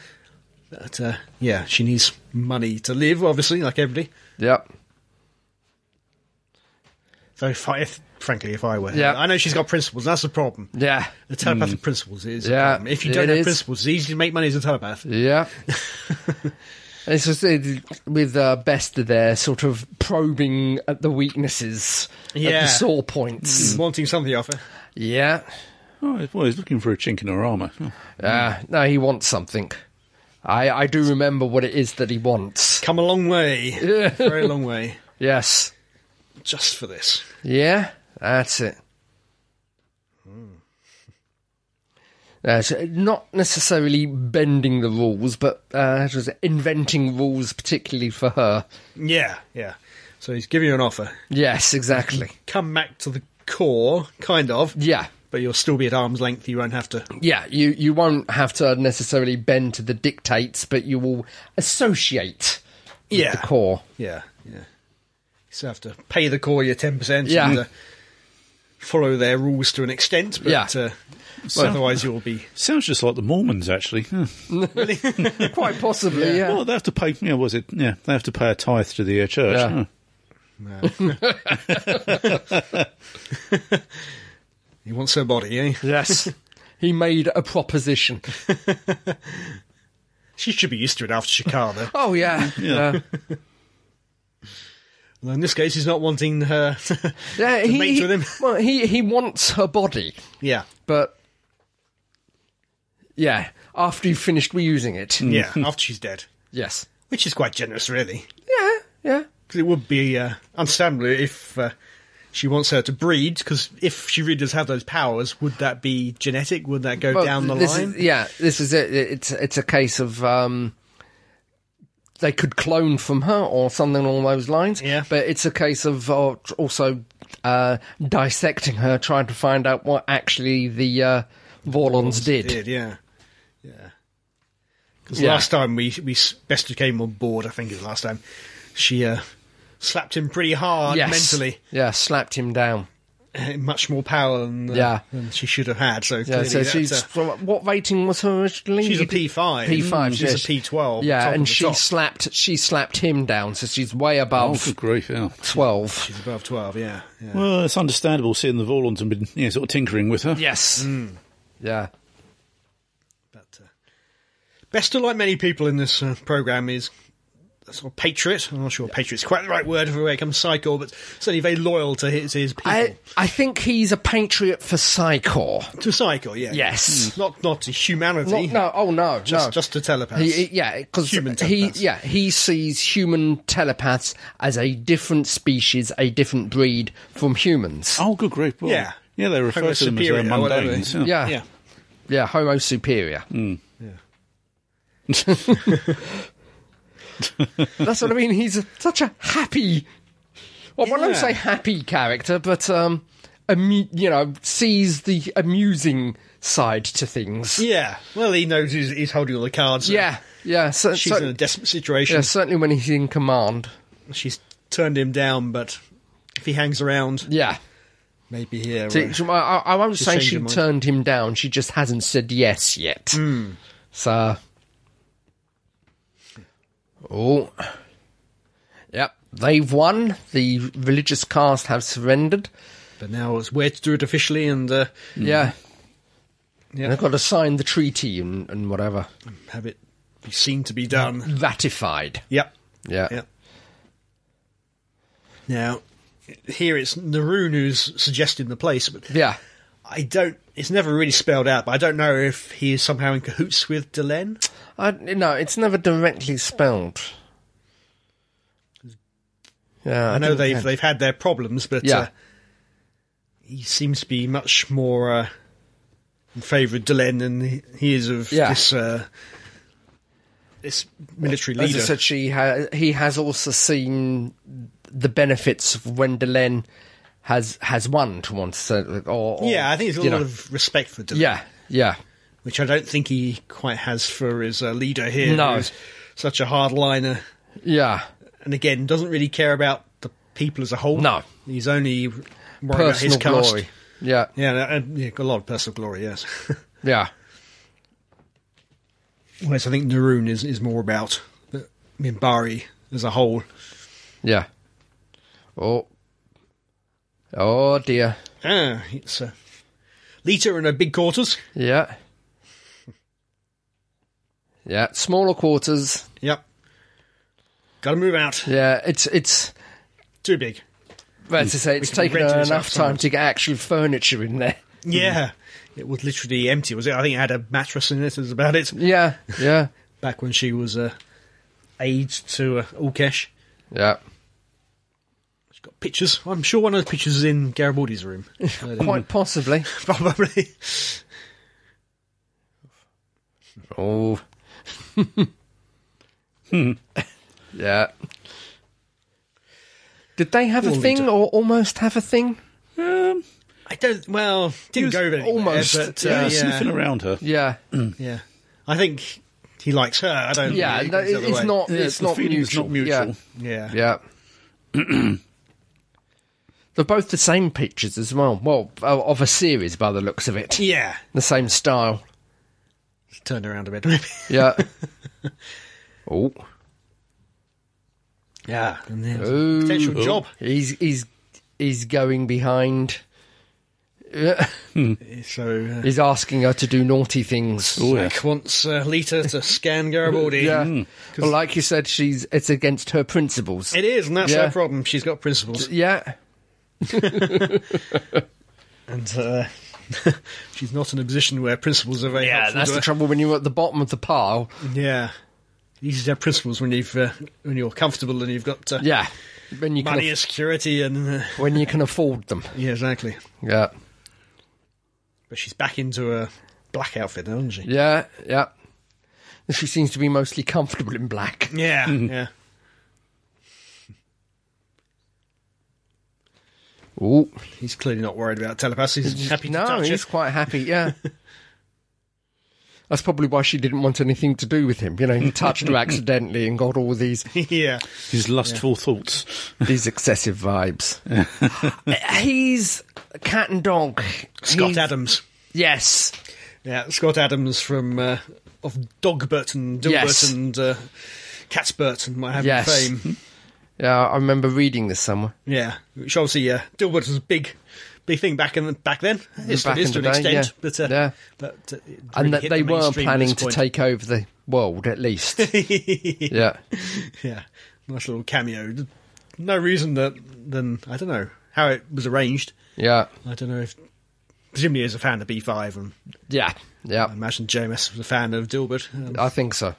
[SPEAKER 3] But uh, yeah, she needs money to live, obviously, like everybody.
[SPEAKER 2] Yep.
[SPEAKER 3] So if I, if, frankly, if I were her,
[SPEAKER 2] Yeah.
[SPEAKER 3] I know she's got principles, that's the problem.
[SPEAKER 2] Yeah.
[SPEAKER 3] The telepathic principles is a
[SPEAKER 2] Yeah,
[SPEAKER 3] problem. If you
[SPEAKER 2] it
[SPEAKER 3] don't have
[SPEAKER 2] is.
[SPEAKER 3] principles, it's easy to make money as a telepath.
[SPEAKER 2] Yeah. And it's just uh, with uh, Bester there, sort of probing at the weaknesses, at
[SPEAKER 3] Yeah.
[SPEAKER 2] the sore points.
[SPEAKER 3] Wanting something off her.
[SPEAKER 2] Yeah.
[SPEAKER 1] Oh, well, he's looking for a chink in her armour. Oh.
[SPEAKER 2] Uh, no, he wants something. I, I do remember what it is that he wants.
[SPEAKER 3] Come a long way. Very long way.
[SPEAKER 2] Yes.
[SPEAKER 3] Just for this.
[SPEAKER 2] Yeah, that's it. That's it. Uh, not necessarily bending the rules, but uh, it was inventing rules, particularly for her.
[SPEAKER 3] Yeah, yeah. So he's giving you an offer.
[SPEAKER 2] Yes, exactly.
[SPEAKER 3] Come back to the core, kind of,
[SPEAKER 2] Yeah,
[SPEAKER 3] but you'll still be at arm's length. You won't have to.
[SPEAKER 2] yeah. You you won't have to necessarily bend to the dictates, but you will associate with
[SPEAKER 3] Yeah.
[SPEAKER 2] the core.
[SPEAKER 3] Yeah, yeah. You still have to pay the core your 10%
[SPEAKER 2] Yeah.
[SPEAKER 3] and uh, follow their rules to an extent, but
[SPEAKER 2] Yeah.
[SPEAKER 3] uh, otherwise you'll be.
[SPEAKER 1] Sounds just like the Mormons, actually. Huh.
[SPEAKER 2] Hmm.
[SPEAKER 3] Really?
[SPEAKER 2] Quite possibly, yeah.
[SPEAKER 1] Well, they have to pay. Yeah, was it? Yeah, they have to pay a tithe to the uh, church.
[SPEAKER 2] Yeah.
[SPEAKER 1] huh.
[SPEAKER 3] he wants her body, eh?
[SPEAKER 2] Yes, he made a proposition.
[SPEAKER 3] She should be used to it after Chicago.
[SPEAKER 2] Oh yeah,
[SPEAKER 1] Yeah.
[SPEAKER 2] yeah.
[SPEAKER 3] Although in this case, he's not wanting her.
[SPEAKER 2] yeah he,
[SPEAKER 3] mate
[SPEAKER 2] he-
[SPEAKER 3] with him.
[SPEAKER 2] well, he he wants her body.
[SPEAKER 3] yeah.
[SPEAKER 2] but yeah, after you've finished reusing it,
[SPEAKER 3] Yeah, after she's dead.
[SPEAKER 2] yes,
[SPEAKER 3] Which is quite generous, really.
[SPEAKER 2] yeah, yeah,
[SPEAKER 3] 'Cause it would be uh, understandable if uh, she wants her to breed, because if she really does have those powers, would that be genetic? Would that go
[SPEAKER 2] Well,
[SPEAKER 3] down the
[SPEAKER 2] this
[SPEAKER 3] line?
[SPEAKER 2] Is, yeah, this is it. It's it's a case of um, they could clone from her or something along those lines.
[SPEAKER 3] Yeah.
[SPEAKER 2] but it's a case of uh, tr- also uh, dissecting her, trying to find out what actually the uh, Vorlons did.
[SPEAKER 3] did, yeah. Yeah. Because
[SPEAKER 2] Yeah.
[SPEAKER 3] last time we, we s- Bester came on board, I think it was last time, she uh, slapped him pretty hard
[SPEAKER 2] Yes.
[SPEAKER 3] mentally,
[SPEAKER 2] yeah, slapped him down.
[SPEAKER 3] much more power than, uh,
[SPEAKER 2] Yeah.
[SPEAKER 3] than she should have had. So,
[SPEAKER 2] Yeah,
[SPEAKER 3] clearly
[SPEAKER 2] so
[SPEAKER 3] that's,
[SPEAKER 2] she's
[SPEAKER 3] uh,
[SPEAKER 2] what rating was her originally?
[SPEAKER 3] she's a P5.
[SPEAKER 2] P5,
[SPEAKER 3] She's
[SPEAKER 2] yes.
[SPEAKER 3] a P12. top
[SPEAKER 2] Yeah,
[SPEAKER 3] of
[SPEAKER 2] and
[SPEAKER 3] the
[SPEAKER 2] she
[SPEAKER 3] top.
[SPEAKER 2] slapped she slapped him down, so she's way
[SPEAKER 1] Oh,
[SPEAKER 2] above
[SPEAKER 1] good grief! Yeah.
[SPEAKER 2] twelve.
[SPEAKER 3] She's above 12, yeah. yeah.
[SPEAKER 1] Well, it's understandable seeing the Vorlons have been yeah, sort of tinkering with her.
[SPEAKER 2] Yes.
[SPEAKER 3] Mm.
[SPEAKER 2] Yeah.
[SPEAKER 3] But uh, Bester, like many people in this uh, program, is a sort of patriot. I'm not sure patriot's quite the right word for where it comes to Psychor, but certainly very loyal to his, his people.
[SPEAKER 2] I I think he's a patriot for Psycor.
[SPEAKER 3] to Psychor, yeah.
[SPEAKER 2] Yes.
[SPEAKER 3] Mm. Not not to humanity.
[SPEAKER 2] Not, no, oh no,
[SPEAKER 3] just,
[SPEAKER 2] no.
[SPEAKER 3] just to telepaths.
[SPEAKER 2] he, he- yeah, because
[SPEAKER 3] Human
[SPEAKER 2] he
[SPEAKER 3] telepaths.
[SPEAKER 2] yeah he sees human telepaths as a different species, a different breed from humans.
[SPEAKER 1] Oh, good grief! Well,
[SPEAKER 3] Yeah.
[SPEAKER 1] yeah. They refer
[SPEAKER 3] Homo
[SPEAKER 1] to them
[SPEAKER 3] superior
[SPEAKER 1] as uh,
[SPEAKER 3] or whatever.
[SPEAKER 1] mundanes. Yeah.
[SPEAKER 2] yeah,
[SPEAKER 3] Oh, yeah. Mm.
[SPEAKER 2] yeah, Homo superior. That's what I mean. He's a, such a happy. Well, I won't
[SPEAKER 3] Yeah.
[SPEAKER 2] say happy character, but um, amu- you know, sees the amusing side to things.
[SPEAKER 3] Yeah. Well, he knows he's, he's holding all the cards. so
[SPEAKER 2] Yeah, yeah. So,
[SPEAKER 3] She's
[SPEAKER 2] so-
[SPEAKER 3] in a desperate situation.
[SPEAKER 2] yeah, certainly when he's in command.
[SPEAKER 3] She's turned him down, but if he hangs around,
[SPEAKER 2] Yeah.
[SPEAKER 3] maybe here.
[SPEAKER 2] See, she- I, I, I won't
[SPEAKER 3] She's
[SPEAKER 2] say
[SPEAKER 3] changed
[SPEAKER 2] she
[SPEAKER 3] her mind. Hmm.
[SPEAKER 2] turned him down. She just hasn't said yes yet. So, oh, yep, they've won. The religious caste have surrendered.
[SPEAKER 3] But now it's where to do it officially, and uh,
[SPEAKER 2] Yeah,
[SPEAKER 3] yeah,
[SPEAKER 2] they've got to sign the treaty and, and whatever
[SPEAKER 3] have it be seen to be done.
[SPEAKER 2] ratified.
[SPEAKER 3] Yep.
[SPEAKER 2] Yeah,
[SPEAKER 3] Yep. Now, here it's Naroon who's suggesting the place, but
[SPEAKER 2] yeah.
[SPEAKER 3] I don't. It's never really spelled out, but I don't know if he is somehow in cahoots with Delenn.
[SPEAKER 2] I, no, it's never directly spelled. Yeah,
[SPEAKER 3] I, know uh,
[SPEAKER 2] didn't-
[SPEAKER 3] they've they've had their problems, but
[SPEAKER 2] Yeah.
[SPEAKER 3] uh, he seems to be much more uh, in favour of Delenn than he- he is of
[SPEAKER 2] Yeah.
[SPEAKER 3] this uh, this military
[SPEAKER 2] As
[SPEAKER 3] leader.
[SPEAKER 2] I said, she ha- he has also seen the benefits of Wendelin has has won to one certain or, or
[SPEAKER 3] yeah, I think there's a
[SPEAKER 2] you
[SPEAKER 3] lot
[SPEAKER 2] know.
[SPEAKER 3] of respect for Delenn,
[SPEAKER 2] yeah yeah
[SPEAKER 3] which I don't think he quite has for his uh, leader here.
[SPEAKER 2] No.
[SPEAKER 3] who's such a hardliner,
[SPEAKER 2] yeah
[SPEAKER 3] and again doesn't really care about the people as a whole.
[SPEAKER 2] No.
[SPEAKER 3] he's only worried about his
[SPEAKER 2] personal
[SPEAKER 3] caste.
[SPEAKER 2] glory yeah
[SPEAKER 3] Yeah, and, yeah, got a lot of personal glory, yes.
[SPEAKER 2] yeah
[SPEAKER 3] Whereas I think Naroon is, is more about uh, I mean, Bari as a whole.
[SPEAKER 2] yeah oh oh dear
[SPEAKER 3] Ah, it's uh, Lita in her big quarters.
[SPEAKER 2] yeah yeah smaller quarters
[SPEAKER 3] Yep. Got to move out.
[SPEAKER 2] yeah it's it's
[SPEAKER 3] Too big.
[SPEAKER 2] well, as I say it's
[SPEAKER 3] can
[SPEAKER 2] taken
[SPEAKER 3] rent
[SPEAKER 2] her
[SPEAKER 3] this
[SPEAKER 2] enough time
[SPEAKER 3] outside.
[SPEAKER 2] to get actual furniture in there
[SPEAKER 3] Yeah. It was literally empty, was it? I think it had a mattress in it. That's about it.
[SPEAKER 2] yeah yeah
[SPEAKER 3] Back when she was uh, aide to uh, Ulkesh.
[SPEAKER 2] yeah
[SPEAKER 3] She's got pictures. I'm sure one of the pictures is in Garibaldi's room.
[SPEAKER 2] quite possibly
[SPEAKER 3] Probably.
[SPEAKER 2] Oh. yeah. Did they have a
[SPEAKER 3] Well,
[SPEAKER 2] thing or almost have a thing?
[SPEAKER 1] Um,
[SPEAKER 3] I don't. Well, didn't
[SPEAKER 1] was
[SPEAKER 3] go over anywhere,
[SPEAKER 2] almost,
[SPEAKER 3] but, uh,
[SPEAKER 1] yeah,
[SPEAKER 3] yeah.
[SPEAKER 1] sniffing around her.
[SPEAKER 2] Yeah.
[SPEAKER 3] Yeah, I think he likes her. I don't.
[SPEAKER 2] Yeah,
[SPEAKER 3] think
[SPEAKER 2] no,
[SPEAKER 3] it goes the other
[SPEAKER 2] it's
[SPEAKER 3] way.
[SPEAKER 2] not
[SPEAKER 1] Yeah,
[SPEAKER 2] it's
[SPEAKER 1] the
[SPEAKER 2] not
[SPEAKER 1] feeling's
[SPEAKER 2] mutual.
[SPEAKER 1] not mutual.
[SPEAKER 3] Yeah,
[SPEAKER 2] Yeah. yeah. They're both the same pictures as well. Well, o- of a series by the looks of it.
[SPEAKER 3] yeah.
[SPEAKER 2] The same style.
[SPEAKER 3] Turned around a bit. Maybe.
[SPEAKER 2] Yeah. oh.
[SPEAKER 3] Yeah, and then
[SPEAKER 2] Ooh.
[SPEAKER 3] potential job.
[SPEAKER 2] He's he's he's going behind.
[SPEAKER 3] So uh,
[SPEAKER 2] He's asking her to do naughty things.
[SPEAKER 1] Oh, yeah.
[SPEAKER 3] Mike wants uh, Lita to scan Garibaldi.
[SPEAKER 2] Yeah. Mm. Well, like you said, she's it's against her principles.
[SPEAKER 3] It is, and that's
[SPEAKER 2] Yeah.
[SPEAKER 3] her problem. She's got principles,
[SPEAKER 2] yeah.
[SPEAKER 3] and uh, she's not in a position where principles are very
[SPEAKER 2] Yeah,
[SPEAKER 3] helpful
[SPEAKER 2] that's
[SPEAKER 3] to
[SPEAKER 2] the
[SPEAKER 3] her.
[SPEAKER 2] trouble when you're at the bottom of the pile.
[SPEAKER 3] Yeah, you should have principles when you've uh, when you're comfortable and you've got uh,
[SPEAKER 2] Yeah. When you can
[SPEAKER 3] money
[SPEAKER 2] aff-
[SPEAKER 3] and security and uh,
[SPEAKER 2] when you can afford them.
[SPEAKER 3] yeah, exactly.
[SPEAKER 2] Yeah.
[SPEAKER 3] But she's back into a black outfit now, isn't she?
[SPEAKER 2] Yeah. Yeah. She seems to be mostly comfortable in black.
[SPEAKER 3] Yeah,
[SPEAKER 2] Mm-hmm.
[SPEAKER 3] yeah.
[SPEAKER 2] Ooh.
[SPEAKER 3] He's clearly not worried about telepathy. He's happy to
[SPEAKER 2] no,
[SPEAKER 3] touch
[SPEAKER 2] he's
[SPEAKER 3] it.
[SPEAKER 2] quite happy. Yeah. That's probably why she didn't want anything to do with him. You know, he touched her accidentally and got all these
[SPEAKER 3] yeah,
[SPEAKER 1] His lustful thoughts.
[SPEAKER 2] these excessive vibes. he's cat and dog.
[SPEAKER 3] Scott
[SPEAKER 2] He's-
[SPEAKER 3] Adams.
[SPEAKER 2] Yes.
[SPEAKER 3] Yeah, Scott Adams from uh, of Dogbert and Dilbert
[SPEAKER 2] Yes.
[SPEAKER 3] and uh, Catsbert and what have
[SPEAKER 2] Yes.
[SPEAKER 3] you fame.
[SPEAKER 2] Yeah, I remember reading this somewhere.
[SPEAKER 3] Yeah, which obviously uh, Dilbert was a big, big thing back in back then. It
[SPEAKER 2] Back
[SPEAKER 3] still is
[SPEAKER 2] in
[SPEAKER 3] to an
[SPEAKER 2] the day,
[SPEAKER 3] extent,
[SPEAKER 2] yeah.
[SPEAKER 3] but, uh,
[SPEAKER 2] Yeah.
[SPEAKER 3] but uh, it really
[SPEAKER 2] and that
[SPEAKER 3] hit
[SPEAKER 2] they
[SPEAKER 3] the
[SPEAKER 2] weren't
[SPEAKER 3] mainstream at
[SPEAKER 2] planning
[SPEAKER 3] this
[SPEAKER 2] to
[SPEAKER 3] point.
[SPEAKER 2] take over the world, at least. yeah,
[SPEAKER 3] Yeah, nice little cameo. No reason that then I don't know how it was arranged.
[SPEAKER 2] yeah,
[SPEAKER 3] I don't know if presumably he was a fan of B five and
[SPEAKER 2] yeah,
[SPEAKER 3] I
[SPEAKER 2] yeah.
[SPEAKER 3] imagine JMS was a fan of Dilbert. Um,
[SPEAKER 2] I think so.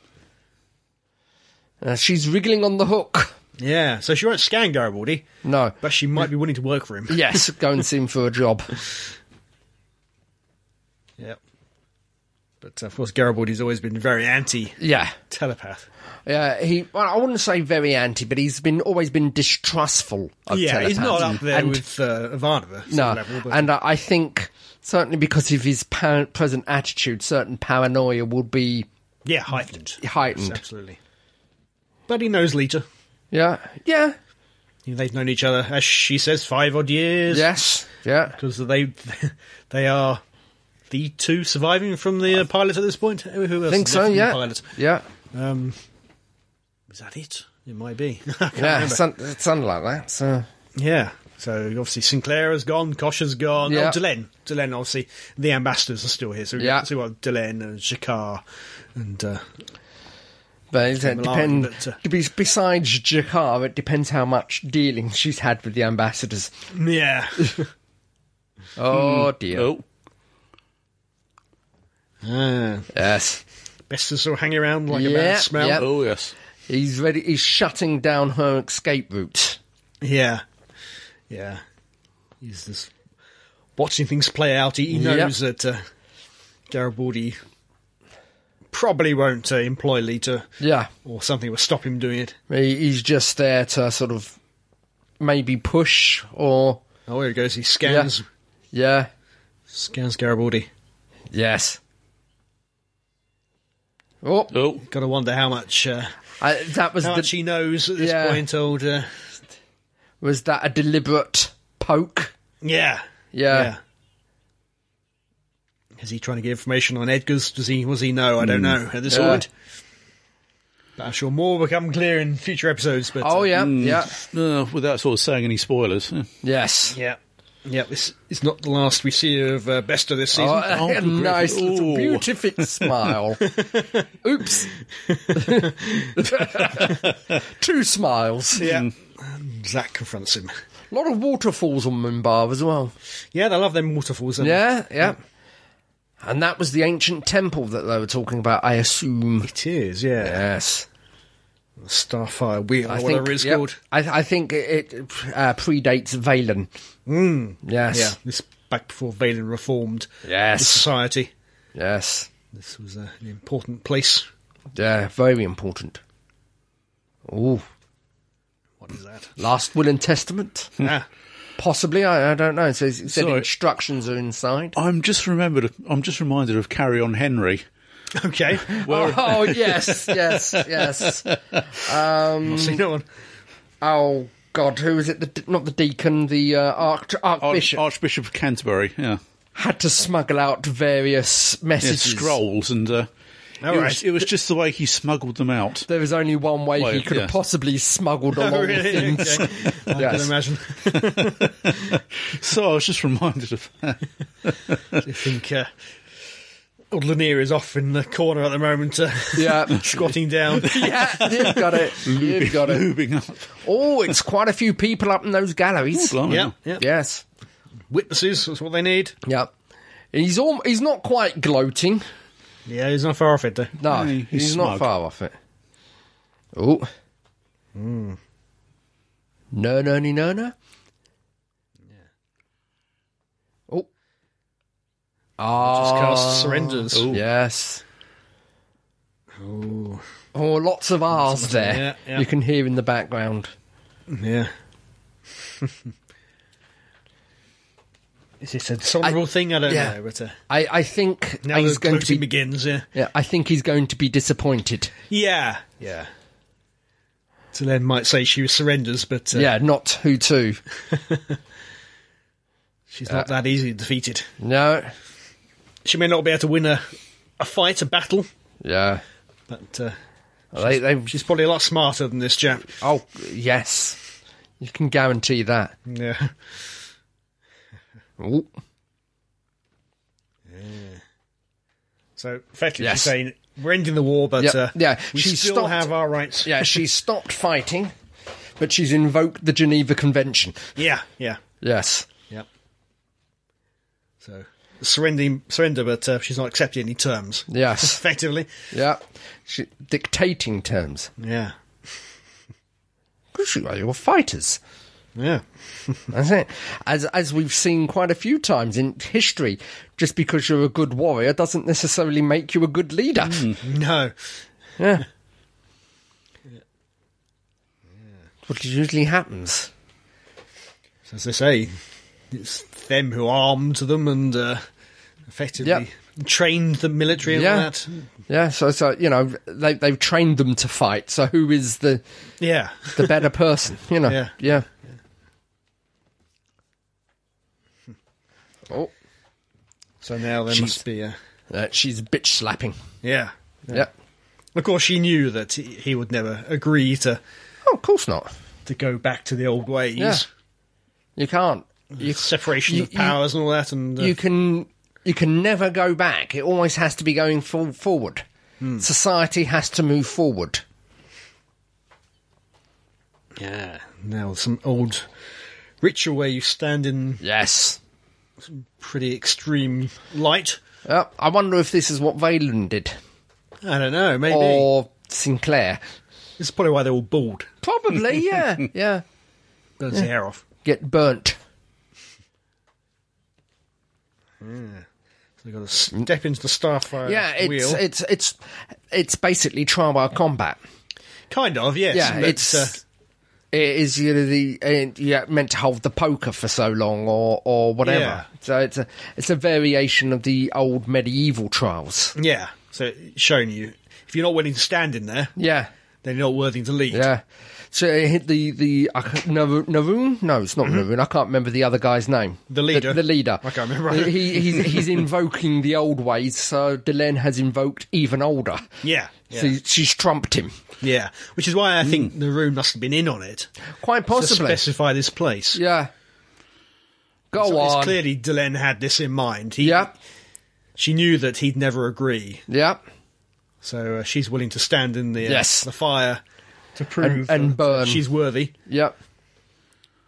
[SPEAKER 2] Uh, she's wriggling on the hook.
[SPEAKER 3] yeah, so she won't scan Garibaldi,
[SPEAKER 2] No.
[SPEAKER 3] but she might be willing to work for him.
[SPEAKER 2] Yes, go and see him for a job.
[SPEAKER 3] Yep. But of course, Garibaldi's always been very anti
[SPEAKER 2] Yeah.
[SPEAKER 3] telepath.
[SPEAKER 2] Yeah, he. Well, I wouldn't say very anti, but he's been always been distrustful of
[SPEAKER 3] yeah,
[SPEAKER 2] telepaths.
[SPEAKER 3] he's not up there
[SPEAKER 2] And-
[SPEAKER 3] with uh, Ivanova. sort
[SPEAKER 2] no,
[SPEAKER 3] of level, but
[SPEAKER 2] and I I think certainly because of his par- present attitude, certain paranoia will be
[SPEAKER 3] yeah, heightened.
[SPEAKER 2] heightened.
[SPEAKER 3] Absolutely. But he knows Lita.
[SPEAKER 2] Yeah, yeah,
[SPEAKER 3] They've known each other, as she says, five odd years.
[SPEAKER 2] yes, yeah.
[SPEAKER 3] because they they are the two surviving from the uh, pilot at this point. Who else
[SPEAKER 2] I think
[SPEAKER 3] is
[SPEAKER 2] so.
[SPEAKER 3] left from the
[SPEAKER 2] Yeah,
[SPEAKER 3] pilot?
[SPEAKER 2] yeah,
[SPEAKER 3] Um, is that it? It might be.
[SPEAKER 2] yeah. Some, something like that. So
[SPEAKER 3] yeah. So obviously Sinclair has gone, Kosh has gone.
[SPEAKER 2] Yeah.
[SPEAKER 3] Oh, Delenn. Delenn, obviously the ambassadors are still here. So we
[SPEAKER 2] Yeah.
[SPEAKER 3] see what Delenn and Jakar and uh,
[SPEAKER 2] But it
[SPEAKER 3] Malone,
[SPEAKER 2] depends.
[SPEAKER 3] but, uh,
[SPEAKER 2] besides Jakar, it depends how much dealing she's had with the ambassadors.
[SPEAKER 3] yeah. Hmm.
[SPEAKER 2] Oh dear.
[SPEAKER 1] Oh,
[SPEAKER 3] Ah,
[SPEAKER 2] Yes,
[SPEAKER 3] Best to sort of hang around like a
[SPEAKER 2] Yeah,
[SPEAKER 3] bad smell.
[SPEAKER 2] yeah.
[SPEAKER 1] oh yes.
[SPEAKER 2] he's ready. He's shutting down her escape route.
[SPEAKER 3] Yeah. Yeah. He's just watching things play out. He, he knows that uh, Garibaldi probably won't uh, employ Lita
[SPEAKER 2] Yeah,
[SPEAKER 3] or something will stop him doing it.
[SPEAKER 2] he, he's just there to sort of maybe push or
[SPEAKER 3] Oh, here he goes. He scans
[SPEAKER 2] yeah,
[SPEAKER 3] scans Garibaldi.
[SPEAKER 2] yes. Oh,
[SPEAKER 1] Oh,
[SPEAKER 3] Got to wonder how much uh,
[SPEAKER 2] I, that was
[SPEAKER 3] how
[SPEAKER 2] the,
[SPEAKER 3] much he knows at this
[SPEAKER 2] Yeah.
[SPEAKER 3] point. Old uh,
[SPEAKER 2] was that a deliberate poke?
[SPEAKER 3] yeah,
[SPEAKER 2] Yeah.
[SPEAKER 3] yeah. Is he trying to get information on Edgar's? Does he? Was he know? I don't know at this
[SPEAKER 2] Hmm. Yeah.
[SPEAKER 3] point. But I'm sure more will become clear in future episodes. But
[SPEAKER 2] Oh
[SPEAKER 3] uh,
[SPEAKER 2] yeah,
[SPEAKER 1] Mm.
[SPEAKER 2] yeah,
[SPEAKER 1] no, Uh, without sort of saying any spoilers. eh.
[SPEAKER 2] yes.
[SPEAKER 3] Yeah. Yeah, this is not the last we see of uh, Best of this season.
[SPEAKER 2] Oh, a
[SPEAKER 1] good
[SPEAKER 2] nice
[SPEAKER 1] grief.
[SPEAKER 2] little
[SPEAKER 1] Ooh.
[SPEAKER 2] beautiful smile. Oops. Two smiles.
[SPEAKER 3] yeah. And Zack Mm. confronts him.
[SPEAKER 2] A lot of waterfalls on Mumbai as well.
[SPEAKER 3] Yeah, they love them waterfalls. don't they?
[SPEAKER 2] Yeah, yeah. And that was the ancient temple that they were talking about, I assume.
[SPEAKER 3] It is, yeah.
[SPEAKER 2] Yes.
[SPEAKER 3] Starfire Wheel,
[SPEAKER 2] I
[SPEAKER 3] or
[SPEAKER 2] think,
[SPEAKER 3] whatever it's
[SPEAKER 2] yep.
[SPEAKER 3] called.
[SPEAKER 2] I, I think it uh, predates Valen. Mm.
[SPEAKER 3] Yeah,
[SPEAKER 2] Yes.
[SPEAKER 3] this back before Valen reformed the
[SPEAKER 2] Yes.
[SPEAKER 3] society.
[SPEAKER 2] Yes.
[SPEAKER 3] This was uh, an important place.
[SPEAKER 2] Yeah, very important. Ooh.
[SPEAKER 3] What is that?
[SPEAKER 2] Last will and testament?
[SPEAKER 3] ah,
[SPEAKER 2] Possibly, I, I don't know. So it said
[SPEAKER 1] Sorry.
[SPEAKER 2] instructions are inside.
[SPEAKER 1] I'm just remembered. I'm just reminded of Carry On Henry.
[SPEAKER 3] okay.
[SPEAKER 1] Where,
[SPEAKER 2] Oh yes, yes, yes.
[SPEAKER 3] I'll see no one.
[SPEAKER 2] Oh God, who is it? The, d- not the deacon, the uh, arch,
[SPEAKER 1] Arch-
[SPEAKER 2] archbishop
[SPEAKER 1] Archbishop of Canterbury. Yeah.
[SPEAKER 2] had to smuggle out various
[SPEAKER 1] Yeah,
[SPEAKER 2] messages.
[SPEAKER 1] scrolls and uh,
[SPEAKER 3] All
[SPEAKER 1] it, was,
[SPEAKER 3] right.
[SPEAKER 1] it was just the way he smuggled them out.
[SPEAKER 2] There was only one way
[SPEAKER 1] Well,
[SPEAKER 2] he could have
[SPEAKER 1] yes.
[SPEAKER 2] possibly smuggled along
[SPEAKER 3] Oh,
[SPEAKER 2] with
[SPEAKER 3] really?
[SPEAKER 2] him.
[SPEAKER 3] Okay. I
[SPEAKER 2] Yes.
[SPEAKER 3] can imagine.
[SPEAKER 1] So I was just reminded of that.
[SPEAKER 3] I think uh, old Lanier is off in the corner at the moment, uh,
[SPEAKER 2] Yeah.
[SPEAKER 3] squatting down.
[SPEAKER 2] yeah, you've got it. You've got it.
[SPEAKER 1] Moving up.
[SPEAKER 2] Oh, it's quite a few people up in those galleries.
[SPEAKER 1] Blimey.
[SPEAKER 3] yeah, yeah.
[SPEAKER 2] Yes.
[SPEAKER 3] Witnesses, that's what they need.
[SPEAKER 2] Yep. He's all, he's not quite gloating.
[SPEAKER 3] Yeah, he's not far off it, though.
[SPEAKER 2] No,
[SPEAKER 1] Yeah, he's
[SPEAKER 2] he's, not
[SPEAKER 1] smug.
[SPEAKER 2] far off it. Oh. No, no, no, no, no. Oh.
[SPEAKER 3] Just
[SPEAKER 2] Ah.
[SPEAKER 3] cast surrenders.
[SPEAKER 1] Oh.
[SPEAKER 2] Yes. Oh, lots of R's there.
[SPEAKER 3] yeah, yeah.
[SPEAKER 2] You can hear in the background.
[SPEAKER 3] Yeah. Is it a dishonourable thing? I don't
[SPEAKER 2] yeah.
[SPEAKER 3] know. But uh,
[SPEAKER 2] I, I think
[SPEAKER 3] now
[SPEAKER 2] he's
[SPEAKER 3] the
[SPEAKER 2] going
[SPEAKER 3] going
[SPEAKER 2] to be.
[SPEAKER 3] begins. Yeah.
[SPEAKER 2] yeah, I think he's going to be disappointed.
[SPEAKER 3] Yeah. Yeah. Delenn might say she surrenders, but uh,
[SPEAKER 2] yeah, not who to.
[SPEAKER 3] she's not that easily defeated.
[SPEAKER 2] No.
[SPEAKER 3] She may not be able to win a, a fight, a battle,
[SPEAKER 2] Yeah.
[SPEAKER 3] but uh,
[SPEAKER 2] They, they,
[SPEAKER 3] she's probably a lot smarter than this chap.
[SPEAKER 2] oh, yes. You can guarantee that.
[SPEAKER 3] Yeah.
[SPEAKER 2] Oh.
[SPEAKER 3] So effectively,
[SPEAKER 2] Yes.
[SPEAKER 3] she's saying we're ending the war, but
[SPEAKER 2] Yeah,
[SPEAKER 3] uh,
[SPEAKER 2] yeah,
[SPEAKER 3] we
[SPEAKER 2] she
[SPEAKER 3] still
[SPEAKER 2] stopped-
[SPEAKER 3] have our rights.
[SPEAKER 2] Yeah, she's stopped fighting, but she's invoked the Geneva Convention.
[SPEAKER 3] Yeah. Yeah.
[SPEAKER 2] Yes.
[SPEAKER 3] Yep. So surrendering, surrender, but uh, she's not accepting any terms.
[SPEAKER 2] Yes.
[SPEAKER 3] Effectively.
[SPEAKER 2] yeah. She, dictating terms.
[SPEAKER 3] Yeah.
[SPEAKER 2] Because you are your fighters.
[SPEAKER 3] Yeah.
[SPEAKER 2] That's it. As as we've seen quite a few times in history, just because you're a good warrior doesn't necessarily make you a good leader.
[SPEAKER 3] No.
[SPEAKER 2] Yeah. What usually happens.
[SPEAKER 3] As they say, it's them who armed them and uh, effectively trained the military and
[SPEAKER 2] Yeah.
[SPEAKER 3] all that.
[SPEAKER 2] Yeah, so so you know they they've trained them to fight. So who is the
[SPEAKER 3] Yeah.
[SPEAKER 2] the better person? You know.
[SPEAKER 3] Yeah.
[SPEAKER 2] Yeah. Oh,
[SPEAKER 3] So now there must be a.
[SPEAKER 2] uh, she's bitch slapping.
[SPEAKER 3] Yeah.
[SPEAKER 2] Yeah.
[SPEAKER 3] Of course, she knew that he- he would never agree to,
[SPEAKER 2] Oh, of course not.
[SPEAKER 3] to go back to the old ways.
[SPEAKER 2] Yeah. You can't. You
[SPEAKER 3] Separation
[SPEAKER 2] You-
[SPEAKER 3] of
[SPEAKER 2] you-
[SPEAKER 3] powers and all that. And uh,
[SPEAKER 2] you can you can never go back. It always has to be going for, forward.
[SPEAKER 3] Hmm.
[SPEAKER 2] Society has to move forward.
[SPEAKER 3] yeah. Now some old ritual where you stand in
[SPEAKER 2] Yes.
[SPEAKER 3] pretty extreme light.
[SPEAKER 2] Uh, I wonder if this is what Valen did
[SPEAKER 3] I don't know. Maybe
[SPEAKER 2] or Sinclair.
[SPEAKER 3] this is probably why they're all bald.
[SPEAKER 2] Probably, yeah, yeah.
[SPEAKER 3] Burns the hair off.
[SPEAKER 2] Get burnt.
[SPEAKER 3] So they've got to step into the starfire
[SPEAKER 2] Yeah, it's
[SPEAKER 3] wheel.
[SPEAKER 2] it's it's it's basically trial by combat.
[SPEAKER 3] kind of, yes.
[SPEAKER 2] Yeah,
[SPEAKER 3] but,
[SPEAKER 2] it's
[SPEAKER 3] uh,
[SPEAKER 2] it is you know the uh, yeah meant to hold the poker for so long or or whatever.
[SPEAKER 3] Yeah.
[SPEAKER 2] So it's a it's a variation of the old medieval trials.
[SPEAKER 3] yeah. So it's showing you if you're not willing to stand in there,
[SPEAKER 2] Yeah.
[SPEAKER 3] then you're not worthy to lead.
[SPEAKER 2] Yeah. So it hit the the uh, Naroon? No, it's not Naroon. I can't remember the other guy's name.
[SPEAKER 3] Mm-hmm. The leader.
[SPEAKER 2] The, leader.
[SPEAKER 3] I can't remember.
[SPEAKER 2] He, he's, he's invoking the old ways. So Delenn has invoked even older.
[SPEAKER 3] Yeah. Yeah.
[SPEAKER 2] So she's trumped him.
[SPEAKER 3] yeah. Which is why I think the room must have been in on it.
[SPEAKER 2] Quite
[SPEAKER 3] To
[SPEAKER 2] possibly.
[SPEAKER 3] specify this place.
[SPEAKER 2] Yeah. Go
[SPEAKER 3] So
[SPEAKER 2] on.
[SPEAKER 3] it's clearly Delenn had this in mind. He,
[SPEAKER 2] Yep.
[SPEAKER 3] She knew that he'd never agree,
[SPEAKER 2] Yep.
[SPEAKER 3] so uh, she's willing to stand in the uh,
[SPEAKER 2] Yes.
[SPEAKER 3] the fire to
[SPEAKER 2] And,
[SPEAKER 3] prove
[SPEAKER 2] and
[SPEAKER 3] that
[SPEAKER 2] burn.
[SPEAKER 3] she's worthy.
[SPEAKER 2] Yep.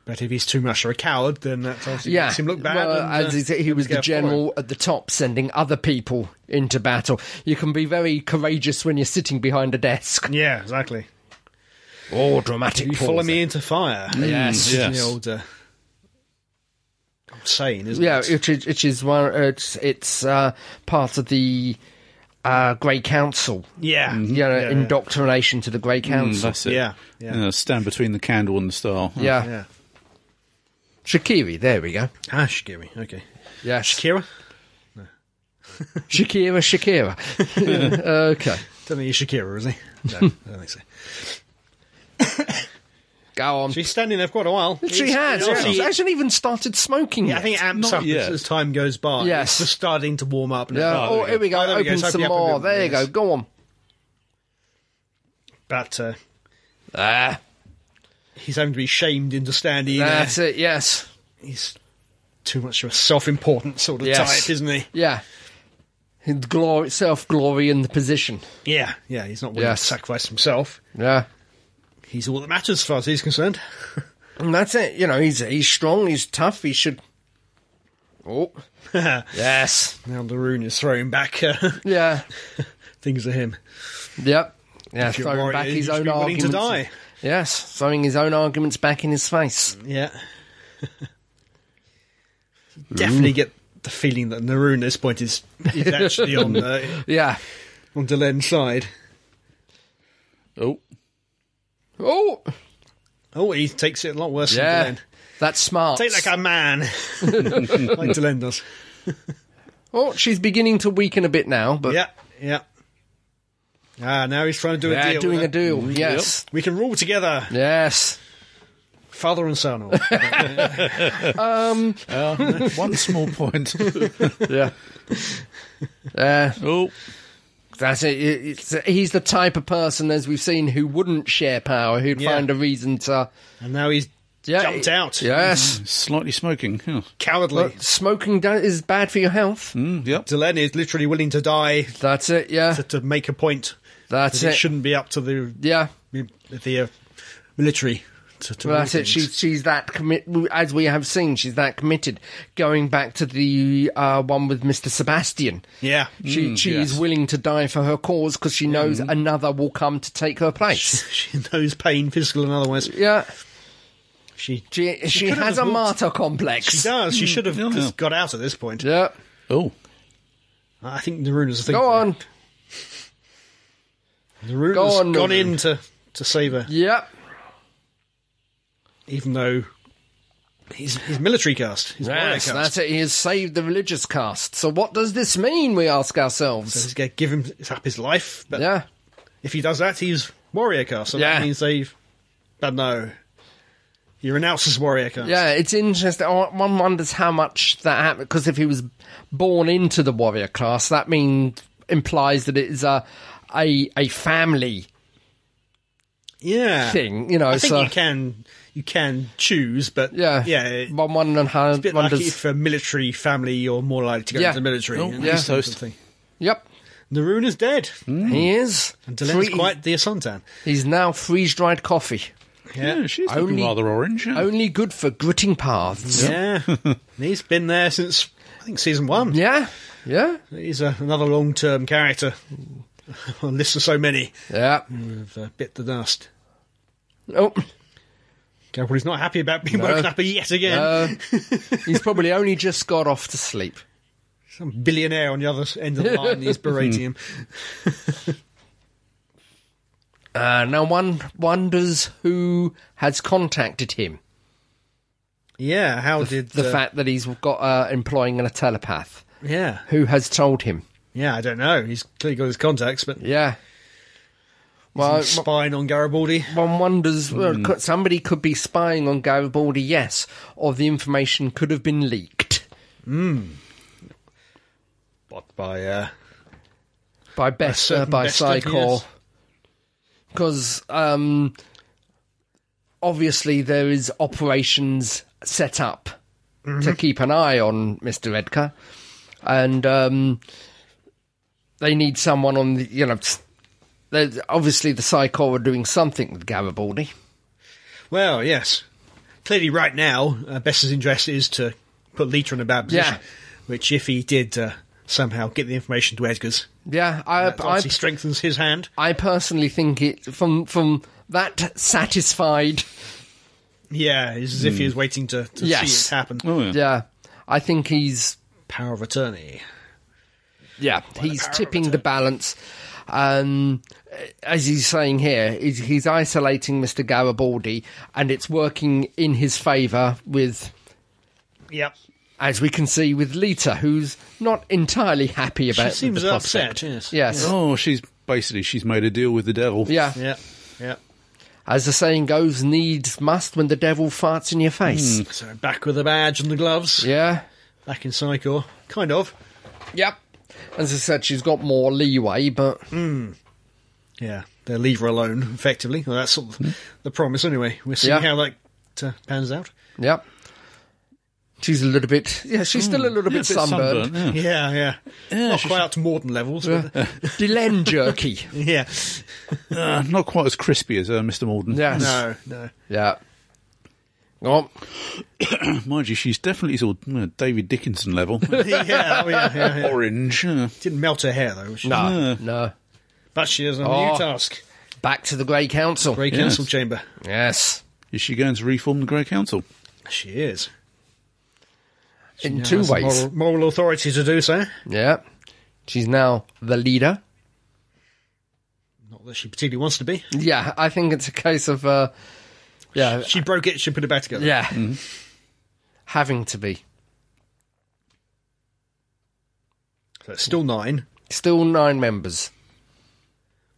[SPEAKER 3] But if he's too much of a coward, then that obviously
[SPEAKER 2] Yeah,
[SPEAKER 3] makes him look bad.
[SPEAKER 2] Well,
[SPEAKER 3] and, uh,
[SPEAKER 2] as he, said, he was
[SPEAKER 3] go
[SPEAKER 2] the
[SPEAKER 3] for
[SPEAKER 2] general at the top, sending other people into battle. You can be very courageous when you're sitting behind a desk.
[SPEAKER 3] it. yeah, exactly.
[SPEAKER 2] Oh, dramatic.
[SPEAKER 3] You
[SPEAKER 2] pause
[SPEAKER 3] follow
[SPEAKER 2] there.
[SPEAKER 3] me into fire.
[SPEAKER 2] Mm. Yes.
[SPEAKER 3] It's
[SPEAKER 1] yes.
[SPEAKER 3] The old, uh, old saying, isn't
[SPEAKER 2] Yeah,
[SPEAKER 3] it?
[SPEAKER 2] which is, which is one. It's it's uh, part of the uh, Grey Council.
[SPEAKER 3] Yeah.
[SPEAKER 2] You know,
[SPEAKER 3] Mm-hmm. yeah.
[SPEAKER 2] indoctrination to the Grey
[SPEAKER 1] Mm,
[SPEAKER 2] Council.
[SPEAKER 1] that's it.
[SPEAKER 3] Yeah, yeah.
[SPEAKER 1] You know, stand between the candle and the star.
[SPEAKER 2] yeah.
[SPEAKER 3] Yeah.
[SPEAKER 2] Shakiri. There we go.
[SPEAKER 3] Ah, Shigemi. Okay.
[SPEAKER 2] Yes,
[SPEAKER 3] Shakira?
[SPEAKER 2] Shakira. Shakira. okay,
[SPEAKER 3] Don't think he's Shakira, is he? No, I don't think so.
[SPEAKER 2] go on.
[SPEAKER 3] She's standing there for quite a while.
[SPEAKER 2] she
[SPEAKER 3] It's-
[SPEAKER 2] has.
[SPEAKER 3] it's
[SPEAKER 2] Yeah.
[SPEAKER 3] obviously-
[SPEAKER 2] She hasn't even started smoking
[SPEAKER 3] Yeah,
[SPEAKER 2] yet.
[SPEAKER 3] I think it amps
[SPEAKER 1] Not
[SPEAKER 3] up as,
[SPEAKER 1] yet.
[SPEAKER 3] as time goes by.
[SPEAKER 2] Yes.
[SPEAKER 3] It's just starting to warm up. and
[SPEAKER 2] Yeah.
[SPEAKER 3] it's-
[SPEAKER 2] Oh, here we go.
[SPEAKER 3] Oh, there we
[SPEAKER 2] Open
[SPEAKER 3] It's
[SPEAKER 2] some
[SPEAKER 3] opening up a
[SPEAKER 2] more.
[SPEAKER 3] bit
[SPEAKER 2] there you
[SPEAKER 3] yes.
[SPEAKER 2] go. Go on.
[SPEAKER 3] But uh,
[SPEAKER 2] Ah,
[SPEAKER 3] he's having to be shamed into standing there.
[SPEAKER 2] that's it. Yes.
[SPEAKER 3] He's too much of a self-important sort of
[SPEAKER 2] Yes.
[SPEAKER 3] type, isn't he?
[SPEAKER 2] Yeah. His glory, self glory in the position.
[SPEAKER 3] Yeah, yeah. He's not willing
[SPEAKER 2] Yes.
[SPEAKER 3] to sacrifice himself.
[SPEAKER 2] Yeah.
[SPEAKER 3] He's all that matters as far as he's concerned.
[SPEAKER 2] And that's it. You know, he's he's strong, he's tough, he should. Oh. yes.
[SPEAKER 3] Now Daroon is throwing back uh,
[SPEAKER 2] Yeah.
[SPEAKER 3] things at him.
[SPEAKER 2] Yep. Yeah,
[SPEAKER 3] If you're a
[SPEAKER 2] throwing
[SPEAKER 3] warrior,
[SPEAKER 2] back
[SPEAKER 3] you
[SPEAKER 2] his
[SPEAKER 3] should
[SPEAKER 2] own
[SPEAKER 3] be willing
[SPEAKER 2] arguments.
[SPEAKER 3] to die.
[SPEAKER 2] Yes, throwing his own arguments back in his face.
[SPEAKER 3] Yeah. Definitely get the feeling that Naroon at this point is, is actually on uh,
[SPEAKER 2] Yeah.
[SPEAKER 3] on Delenn's side.
[SPEAKER 1] Oh,
[SPEAKER 2] Oh.
[SPEAKER 3] Oh, he takes it a lot worse
[SPEAKER 2] Yeah.
[SPEAKER 3] than Delenn.
[SPEAKER 2] That's smart.
[SPEAKER 3] Take like a man, like Delenn does.
[SPEAKER 2] oh, she's beginning to weaken a bit now, but
[SPEAKER 3] Yeah, yeah. Ah, now he's trying to do a
[SPEAKER 2] yeah,
[SPEAKER 3] deal.
[SPEAKER 2] doing
[SPEAKER 3] with
[SPEAKER 2] a
[SPEAKER 3] it.
[SPEAKER 2] deal. Yes.
[SPEAKER 3] We can rule together,
[SPEAKER 2] Yes.
[SPEAKER 3] father and son. Or,
[SPEAKER 1] uh, one small point.
[SPEAKER 2] Yeah. Uh,
[SPEAKER 1] Oh,
[SPEAKER 2] That's it. It's, he's the type of person, as we've seen, who wouldn't share power, who'd
[SPEAKER 3] Yeah.
[SPEAKER 2] find a reason to.
[SPEAKER 3] and now he's
[SPEAKER 2] Yeah,
[SPEAKER 3] jumped out.
[SPEAKER 2] Yes.
[SPEAKER 1] slightly smoking. Yeah.
[SPEAKER 3] Cowardly.
[SPEAKER 2] Smoking do- is bad for your health.
[SPEAKER 1] Mm, yep.
[SPEAKER 3] Delenn is literally willing to die
[SPEAKER 2] That's it, yeah.
[SPEAKER 3] to, to make Hmm? a point
[SPEAKER 2] That's
[SPEAKER 3] that it
[SPEAKER 2] it.
[SPEAKER 3] shouldn't be up to the
[SPEAKER 2] Yeah.
[SPEAKER 3] the uh, military to, to
[SPEAKER 2] Well,
[SPEAKER 3] rule
[SPEAKER 2] that's it.
[SPEAKER 3] things.
[SPEAKER 2] She's she's that commit as we have seen. She's that committed. Going back to the uh, one with Mister Sebastian,
[SPEAKER 3] yeah,
[SPEAKER 2] she she
[SPEAKER 1] yes.
[SPEAKER 2] is willing to die for her cause because
[SPEAKER 3] Hmm.
[SPEAKER 2] she knows another will come to take her place.
[SPEAKER 3] she knows pain, physical and otherwise.
[SPEAKER 2] yeah,
[SPEAKER 3] She
[SPEAKER 2] She, she,
[SPEAKER 3] could have
[SPEAKER 2] has a
[SPEAKER 3] walked-
[SPEAKER 2] martyr complex.
[SPEAKER 3] She does.
[SPEAKER 2] Hmm.
[SPEAKER 3] She should have
[SPEAKER 1] Yeah.
[SPEAKER 3] just got out at this point.
[SPEAKER 2] Yeah.
[SPEAKER 1] Oh,
[SPEAKER 3] I think Naruna's the thing.
[SPEAKER 2] Go on.
[SPEAKER 3] Naruna's
[SPEAKER 2] Go on,
[SPEAKER 3] gone
[SPEAKER 2] Naruna.
[SPEAKER 3] in to, to save her,
[SPEAKER 2] Yep.
[SPEAKER 3] even though he's, he's military cast. He's warrior
[SPEAKER 2] Yes,
[SPEAKER 3] cast.
[SPEAKER 2] that's it. He has saved the religious caste. So what does this mean? We ask ourselves.
[SPEAKER 3] He's going to give him up his life, but
[SPEAKER 2] Yeah.
[SPEAKER 3] if he does that, he's warrior cast. So
[SPEAKER 2] Yeah.
[SPEAKER 3] that means they've. But no, he renounces warrior cast.
[SPEAKER 2] Yeah, it's interesting. Oh, One wonders how much that happened because if he was born into the warrior class, that means implies that it is a a a family
[SPEAKER 3] yeah.
[SPEAKER 2] thing. You know,
[SPEAKER 3] I think
[SPEAKER 2] so
[SPEAKER 3] you can you can choose, but
[SPEAKER 2] yeah,
[SPEAKER 3] yeah, it's
[SPEAKER 2] One one and how
[SPEAKER 3] a bit
[SPEAKER 2] wonders.
[SPEAKER 3] like if a military family, you're more likely to go
[SPEAKER 2] Yeah. Hmm.
[SPEAKER 3] into the military.
[SPEAKER 1] Oh,
[SPEAKER 3] and
[SPEAKER 1] yeah.
[SPEAKER 3] that sort of
[SPEAKER 1] Toast.
[SPEAKER 3] thing.
[SPEAKER 2] Yep,
[SPEAKER 3] Naruna's dead.
[SPEAKER 2] he is.
[SPEAKER 3] Mm. And Delenn's
[SPEAKER 2] Free-
[SPEAKER 3] quite the Asuntan.
[SPEAKER 2] He's now freeze dried coffee.
[SPEAKER 1] yeah, she's
[SPEAKER 2] Only-
[SPEAKER 1] looking rather orange. yeah.
[SPEAKER 2] Only good for gritting paths.
[SPEAKER 3] Mm. Yeah. And he's been there since, I think, season one.
[SPEAKER 2] Yeah, yeah,
[SPEAKER 3] He's a, another long term character. A list of so many.
[SPEAKER 2] yeah.
[SPEAKER 3] We've uh, bit the dust.
[SPEAKER 2] Oh,
[SPEAKER 3] Gabriel's not happy about being
[SPEAKER 2] No.
[SPEAKER 3] woken up yet again.
[SPEAKER 2] uh, he's probably only just got off to sleep.
[SPEAKER 3] Some billionaire on the other end of the line
[SPEAKER 2] Hmm.
[SPEAKER 3] is berating him.
[SPEAKER 2] Uh, now one wonders who has contacted him.
[SPEAKER 3] Yeah, how did
[SPEAKER 2] the
[SPEAKER 3] uh,
[SPEAKER 2] fact that he's got uh, employing a telepath
[SPEAKER 3] Yeah,
[SPEAKER 2] who has told him.
[SPEAKER 3] yeah, I don't know. He's clearly got his contacts, but
[SPEAKER 2] Yeah. Well,
[SPEAKER 3] he's spying on Garibaldi.
[SPEAKER 2] one wonders well, could- somebody could be spying on Garibaldi, yes, or the information could have been leaked
[SPEAKER 3] Bought by uh,
[SPEAKER 2] by Bester,
[SPEAKER 3] certain
[SPEAKER 2] by
[SPEAKER 3] Bester,
[SPEAKER 2] Psychor.
[SPEAKER 3] yes.
[SPEAKER 2] Because um, obviously there is operations set up to keep an eye on Mister Edgar, and um, they need someone on the you know. s- there's- Obviously, the Psychor are doing something with Garibaldi.
[SPEAKER 3] Well, yes. Clearly, right now, uh, Bess's interest is to put Leiter in a bad position.
[SPEAKER 2] Yeah.
[SPEAKER 3] Which, if he did uh, somehow get the information to Edgar's,
[SPEAKER 2] Yeah, I,
[SPEAKER 3] that
[SPEAKER 2] I,
[SPEAKER 3] obviously strengthens his hand.
[SPEAKER 2] I personally think it from from that satisfied.
[SPEAKER 3] Yeah, it's as if he was waiting to, to
[SPEAKER 2] Hmm. Yes.
[SPEAKER 3] see it happen.
[SPEAKER 1] Oh, yeah.
[SPEAKER 2] Yeah, I think he's
[SPEAKER 3] Power of attorney.
[SPEAKER 2] yeah he's tipping the balance. Um, as he's saying here, he's, he's isolating Mr. Garibaldi, and it's working in his favour with,
[SPEAKER 3] Yep.
[SPEAKER 2] as we can see, with Lita, who's not entirely happy
[SPEAKER 3] She
[SPEAKER 2] about.
[SPEAKER 3] seems
[SPEAKER 2] the prospect.
[SPEAKER 3] upset. Yes.
[SPEAKER 2] Yes.
[SPEAKER 1] Oh, she's basically she's made a deal with the devil.
[SPEAKER 2] Yeah.
[SPEAKER 3] Yeah. Yeah.
[SPEAKER 2] as the saying goes, needs must when the devil farts in your face.
[SPEAKER 3] So back with the badge and the gloves.
[SPEAKER 2] Hmm. Yeah.
[SPEAKER 3] Back in Psycho. Kind of.
[SPEAKER 2] Yep. As I said, she's got more leeway, but
[SPEAKER 3] Yeah. They leave her alone, effectively. Well, that's sort of the promise, anyway. We'll see
[SPEAKER 2] Hmm. Yeah.
[SPEAKER 3] how that uh, pans out.
[SPEAKER 2] Yep. She's a little bit. Yeah, she's still a little
[SPEAKER 1] Yeah,
[SPEAKER 2] bit sunburned.
[SPEAKER 1] sunburnt, yeah.
[SPEAKER 3] Yeah, yeah. Not quite up to Morden levels, but uh,
[SPEAKER 2] Delenn jerky.
[SPEAKER 3] yeah.
[SPEAKER 1] Uh, not quite as crispy as uh, Mr. Morden.
[SPEAKER 2] Yes.
[SPEAKER 3] No, no.
[SPEAKER 2] Yeah. Oh,
[SPEAKER 1] Mind you, she's definitely sort of uh, David Dickinson level.
[SPEAKER 3] yeah, oh, yeah, yeah, yeah.
[SPEAKER 1] Orange. yeah.
[SPEAKER 3] Didn't melt her hair though, which
[SPEAKER 2] no, no.
[SPEAKER 3] but she has a
[SPEAKER 2] Oh.
[SPEAKER 3] new task.
[SPEAKER 2] Back to the Grey Council.
[SPEAKER 3] Grey
[SPEAKER 1] Yes.
[SPEAKER 3] Council Chamber.
[SPEAKER 2] Yes.
[SPEAKER 1] Is she going to reform the Grey Council?
[SPEAKER 3] She is.
[SPEAKER 2] In
[SPEAKER 3] Now
[SPEAKER 2] two
[SPEAKER 3] has the
[SPEAKER 2] ways.
[SPEAKER 3] Moral, moral authority to do so.
[SPEAKER 2] Yeah. She's now the leader.
[SPEAKER 3] Not that she particularly wants to be.
[SPEAKER 2] Yeah, I think it's a case of. Uh, yeah.
[SPEAKER 3] She broke it, she put it back together.
[SPEAKER 2] Yeah.
[SPEAKER 3] Mm-hmm.
[SPEAKER 2] Having to be.
[SPEAKER 3] So it's still nine,
[SPEAKER 2] Still nine members.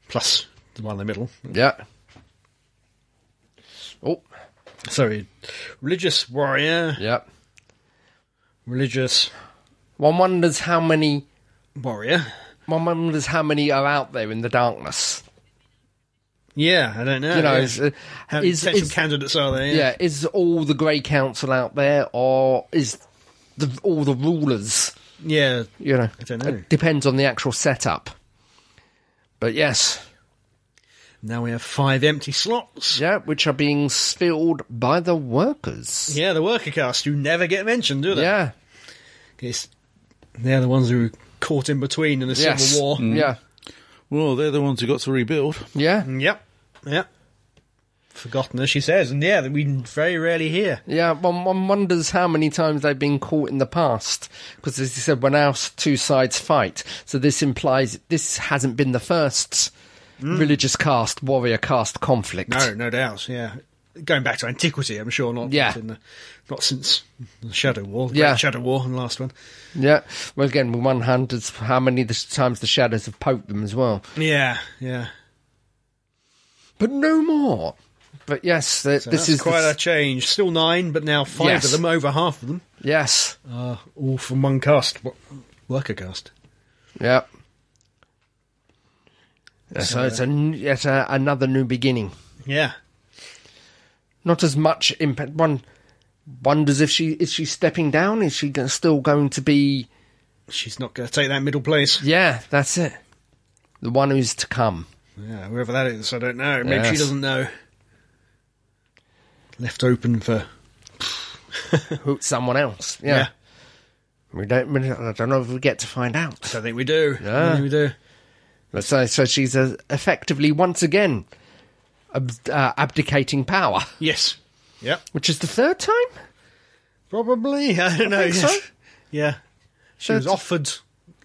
[SPEAKER 3] plus the one in the middle.
[SPEAKER 2] Yeah. Oh,
[SPEAKER 3] Sorry. Religious warrior,
[SPEAKER 2] yeah.
[SPEAKER 3] religious
[SPEAKER 2] One wonders how many
[SPEAKER 3] warrior.
[SPEAKER 2] One wonders how many are out there in the darkness.
[SPEAKER 3] Yeah, I don't know.
[SPEAKER 2] You know,
[SPEAKER 3] yeah.
[SPEAKER 2] is, uh,
[SPEAKER 3] how many
[SPEAKER 2] is,
[SPEAKER 3] potential
[SPEAKER 2] is-
[SPEAKER 3] candidates are there?
[SPEAKER 2] yeah, is all the Grey Council out there, or is the, all the rulers?
[SPEAKER 3] Yeah.
[SPEAKER 2] You know,
[SPEAKER 3] I don't know.
[SPEAKER 2] It depends on the actual setup. But yes,
[SPEAKER 3] Now we have five empty slots.
[SPEAKER 2] yeah, which are being filled by the workers.
[SPEAKER 3] Yeah, the worker cast who never get mentioned, do they?
[SPEAKER 2] Yeah,
[SPEAKER 3] It's, they're the ones who were caught in between in the
[SPEAKER 2] yes, Mm.
[SPEAKER 3] Civil War. Mm.
[SPEAKER 2] yeah,
[SPEAKER 1] Well, they're the ones who got to rebuild.
[SPEAKER 2] yeah.
[SPEAKER 3] Yep. Yep. forgotten, as she says, and yeah, that we very rarely hear.
[SPEAKER 2] Yeah, one, one wonders how many times they've been caught in the past. Because as you said, when our s- two sides fight, so this implies this hasn't been the first religious caste, warrior caste conflict.
[SPEAKER 3] Mm. No, no doubt. Yeah, going back to antiquity, I'm sure not.
[SPEAKER 2] Yeah.
[SPEAKER 3] not, in the, not since the Shadow War. The
[SPEAKER 2] Yeah.
[SPEAKER 3] Great Shadow War and the last one.
[SPEAKER 2] Yeah. Well, again, with one hand, it's how many the times the shadows have poked them as well.
[SPEAKER 3] Yeah, yeah.
[SPEAKER 2] But no more. But yes, th-
[SPEAKER 3] So
[SPEAKER 2] this
[SPEAKER 3] that's
[SPEAKER 2] is
[SPEAKER 3] quite
[SPEAKER 2] the,
[SPEAKER 3] a change. Still nine, but now five
[SPEAKER 2] Yes.
[SPEAKER 3] of them, over half of them,
[SPEAKER 2] yes.
[SPEAKER 3] are all from one cast, wo- worker cast.
[SPEAKER 2] Yeah. So it's a, n- yet a, another new beginning.
[SPEAKER 3] Yeah.
[SPEAKER 2] Not as much impact. One wonders if she is she stepping down. Is she go- still going to be?
[SPEAKER 3] She's not going to take that middle place.
[SPEAKER 2] Yeah, that's it. The one who's to come.
[SPEAKER 3] Yeah, whoever that is, I don't know. Maybe she
[SPEAKER 2] Yes.
[SPEAKER 3] doesn't know. Left open for
[SPEAKER 2] Who? Someone else. Yeah.
[SPEAKER 3] yeah.
[SPEAKER 2] We don't. we don't- I don't know if we get to find out.
[SPEAKER 3] I don't think we do. I don't
[SPEAKER 2] Yeah.
[SPEAKER 3] think we do.
[SPEAKER 2] But So, so she's uh, effectively once again ab- uh, abdicating power,
[SPEAKER 3] Yes. Yep.
[SPEAKER 2] which is the third time.
[SPEAKER 3] Probably. I don't know.
[SPEAKER 2] think so.
[SPEAKER 3] yes. Yeah. She was
[SPEAKER 2] That's-
[SPEAKER 3] offered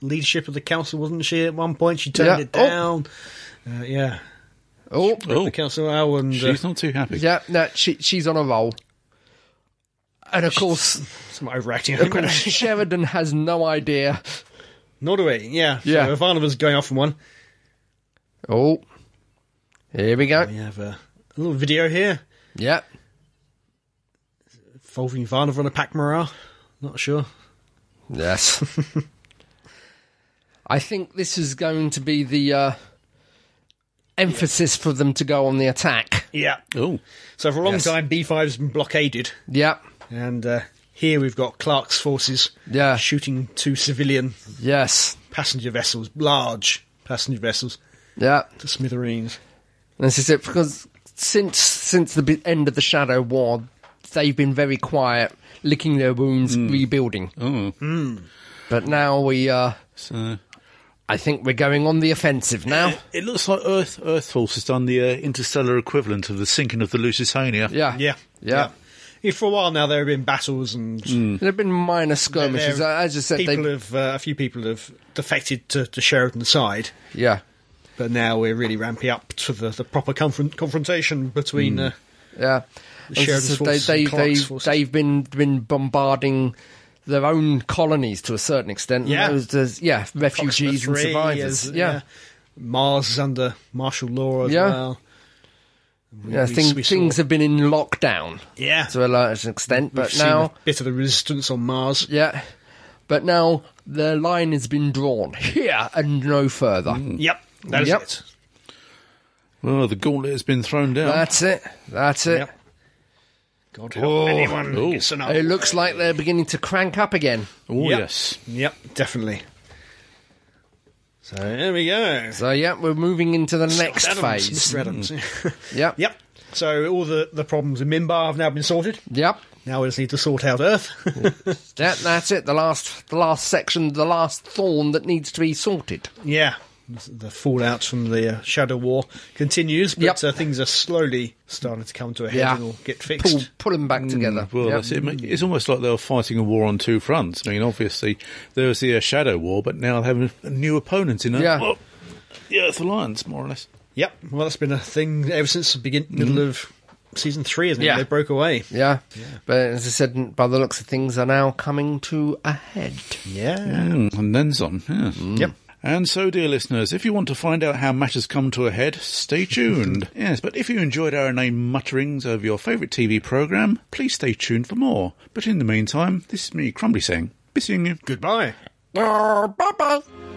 [SPEAKER 3] leadership of the council, wasn't she? At one point, she turned
[SPEAKER 2] Yeah.
[SPEAKER 3] it
[SPEAKER 2] Oh.
[SPEAKER 3] down. Uh, yeah,
[SPEAKER 2] Oh,
[SPEAKER 1] Oh,
[SPEAKER 3] the council now and uh,
[SPEAKER 1] she's not too happy.
[SPEAKER 2] yeah. No, she she's on a roll. And of course,
[SPEAKER 3] some overacting.
[SPEAKER 2] of course, Sheridan has no idea.
[SPEAKER 3] Norway. Yeah,
[SPEAKER 2] Yeah.
[SPEAKER 3] So Ivanova's going off on one.
[SPEAKER 2] Oh, here we go.
[SPEAKER 3] We have uh, a little video here
[SPEAKER 2] Yeah,
[SPEAKER 3] involving Ivanova and a pack morale. Not sure.
[SPEAKER 2] yes. I think this is going to be the uh, emphasis for them to go on the attack.
[SPEAKER 3] Yeah.
[SPEAKER 1] Oh,
[SPEAKER 3] So for a long
[SPEAKER 2] Yes.
[SPEAKER 3] time, B5's been blockaded,
[SPEAKER 2] Yeah,
[SPEAKER 3] and uh, here we've got Clark's forces
[SPEAKER 2] Yeah.
[SPEAKER 3] shooting two civilian
[SPEAKER 2] yes,
[SPEAKER 3] passenger vessels, large passenger vessels,
[SPEAKER 2] yeah.
[SPEAKER 3] to smithereens.
[SPEAKER 2] This is it because since since the be- end of the Shadow War, they've been very quiet, licking their wounds, rebuilding.
[SPEAKER 1] oh.
[SPEAKER 3] Hmm.
[SPEAKER 2] But now we, uh,
[SPEAKER 1] So
[SPEAKER 2] I think we're going on the offensive now.
[SPEAKER 1] it looks like Earth Earth Force has done the uh, interstellar equivalent of the sinking of the Lusitania.
[SPEAKER 2] Yeah,
[SPEAKER 3] Yeah.
[SPEAKER 2] yeah.
[SPEAKER 3] Yeah, For a while now, there have been battles and
[SPEAKER 1] Hmm.
[SPEAKER 2] There've been minor skirmishes,
[SPEAKER 3] They're-
[SPEAKER 2] as I said.
[SPEAKER 3] people
[SPEAKER 2] They,
[SPEAKER 3] have uh, a few people have defected to, to Sheridan's side,
[SPEAKER 2] yeah,
[SPEAKER 3] but now we're really ramping up to the, the proper confron- confrontation between.
[SPEAKER 2] Hmm.
[SPEAKER 3] Uh,
[SPEAKER 2] yeah. As I
[SPEAKER 3] Sheridan's
[SPEAKER 2] said,
[SPEAKER 3] forces
[SPEAKER 2] they,
[SPEAKER 3] and
[SPEAKER 2] they,
[SPEAKER 3] Clark's
[SPEAKER 2] they,
[SPEAKER 3] forces.
[SPEAKER 2] they've been been bombarding their own colonies to a certain extent. and
[SPEAKER 3] Yeah.
[SPEAKER 2] those- those- yeah,
[SPEAKER 3] Proxima
[SPEAKER 2] refugees and
[SPEAKER 3] 3
[SPEAKER 2] survivors.
[SPEAKER 3] as-
[SPEAKER 2] yeah,
[SPEAKER 3] Mars is under martial law as
[SPEAKER 2] Yeah.
[SPEAKER 3] well.
[SPEAKER 2] yeah.
[SPEAKER 3] we-
[SPEAKER 2] thing-
[SPEAKER 3] we saw-
[SPEAKER 2] things have been in lockdown
[SPEAKER 3] Yeah,
[SPEAKER 2] to a large extent,
[SPEAKER 3] We've
[SPEAKER 2] but
[SPEAKER 3] seen
[SPEAKER 2] now
[SPEAKER 3] a bit of the resistance on Mars.
[SPEAKER 2] Yeah. But now the line has been drawn here and no further.
[SPEAKER 3] Yep, that is
[SPEAKER 2] Yep.
[SPEAKER 3] it.
[SPEAKER 1] Well, the gauntlet has been thrown down.
[SPEAKER 2] That's it. That's it.
[SPEAKER 3] Yep. God help anyone who
[SPEAKER 1] Oh.
[SPEAKER 3] gets an
[SPEAKER 2] It looks like they're beginning to crank up again.
[SPEAKER 1] oh
[SPEAKER 3] Yep.
[SPEAKER 1] yes,
[SPEAKER 3] Yep, definitely. So there we go.
[SPEAKER 2] So yeah, we're moving into the next
[SPEAKER 3] Adams,
[SPEAKER 2] phase. Mm-hmm.
[SPEAKER 3] Mr. Adams.
[SPEAKER 2] Yep.
[SPEAKER 3] yep. So all the, the problems in Mimbar have now been sorted.
[SPEAKER 2] Yep.
[SPEAKER 3] Now we just need to sort out Earth.
[SPEAKER 2] That, that's it. The last the last section, the last thorn that needs to be sorted.
[SPEAKER 3] yeah. The fallout from the uh, Shadow War continues, but
[SPEAKER 2] Yep.
[SPEAKER 3] uh, things are slowly starting to come to a head
[SPEAKER 2] Yeah.
[SPEAKER 3] and all get fixed. Mm,
[SPEAKER 2] Pull pull them back together.
[SPEAKER 1] Mm, Well,
[SPEAKER 2] Yep.
[SPEAKER 1] that's it. mate. It's almost like they were fighting a war on two fronts. I mean, obviously there was the uh, Shadow War, but now they have a new opponent in Earth.
[SPEAKER 2] Yeah.
[SPEAKER 1] Well, the Earth Alliance, more or less.
[SPEAKER 3] Yep. Well, that's been a thing ever since the begin- middle of season three, isn't it?
[SPEAKER 2] Mm-hmm. Yeah.
[SPEAKER 3] They broke away.
[SPEAKER 2] Yeah. But as I said, by the looks of things are now coming to a head.
[SPEAKER 3] Yeah.
[SPEAKER 1] Mm, and then's on. Yes.
[SPEAKER 3] Yep.
[SPEAKER 1] Mm. And so, dear listeners, if you want to find out how matters come to a head, stay tuned. yes, but if you enjoyed our name mutterings over your favourite TV programme, please stay tuned for more. But in the meantime, this is me, Crumbly, saying, be seeing you.
[SPEAKER 3] Goodbye.
[SPEAKER 2] bye bye.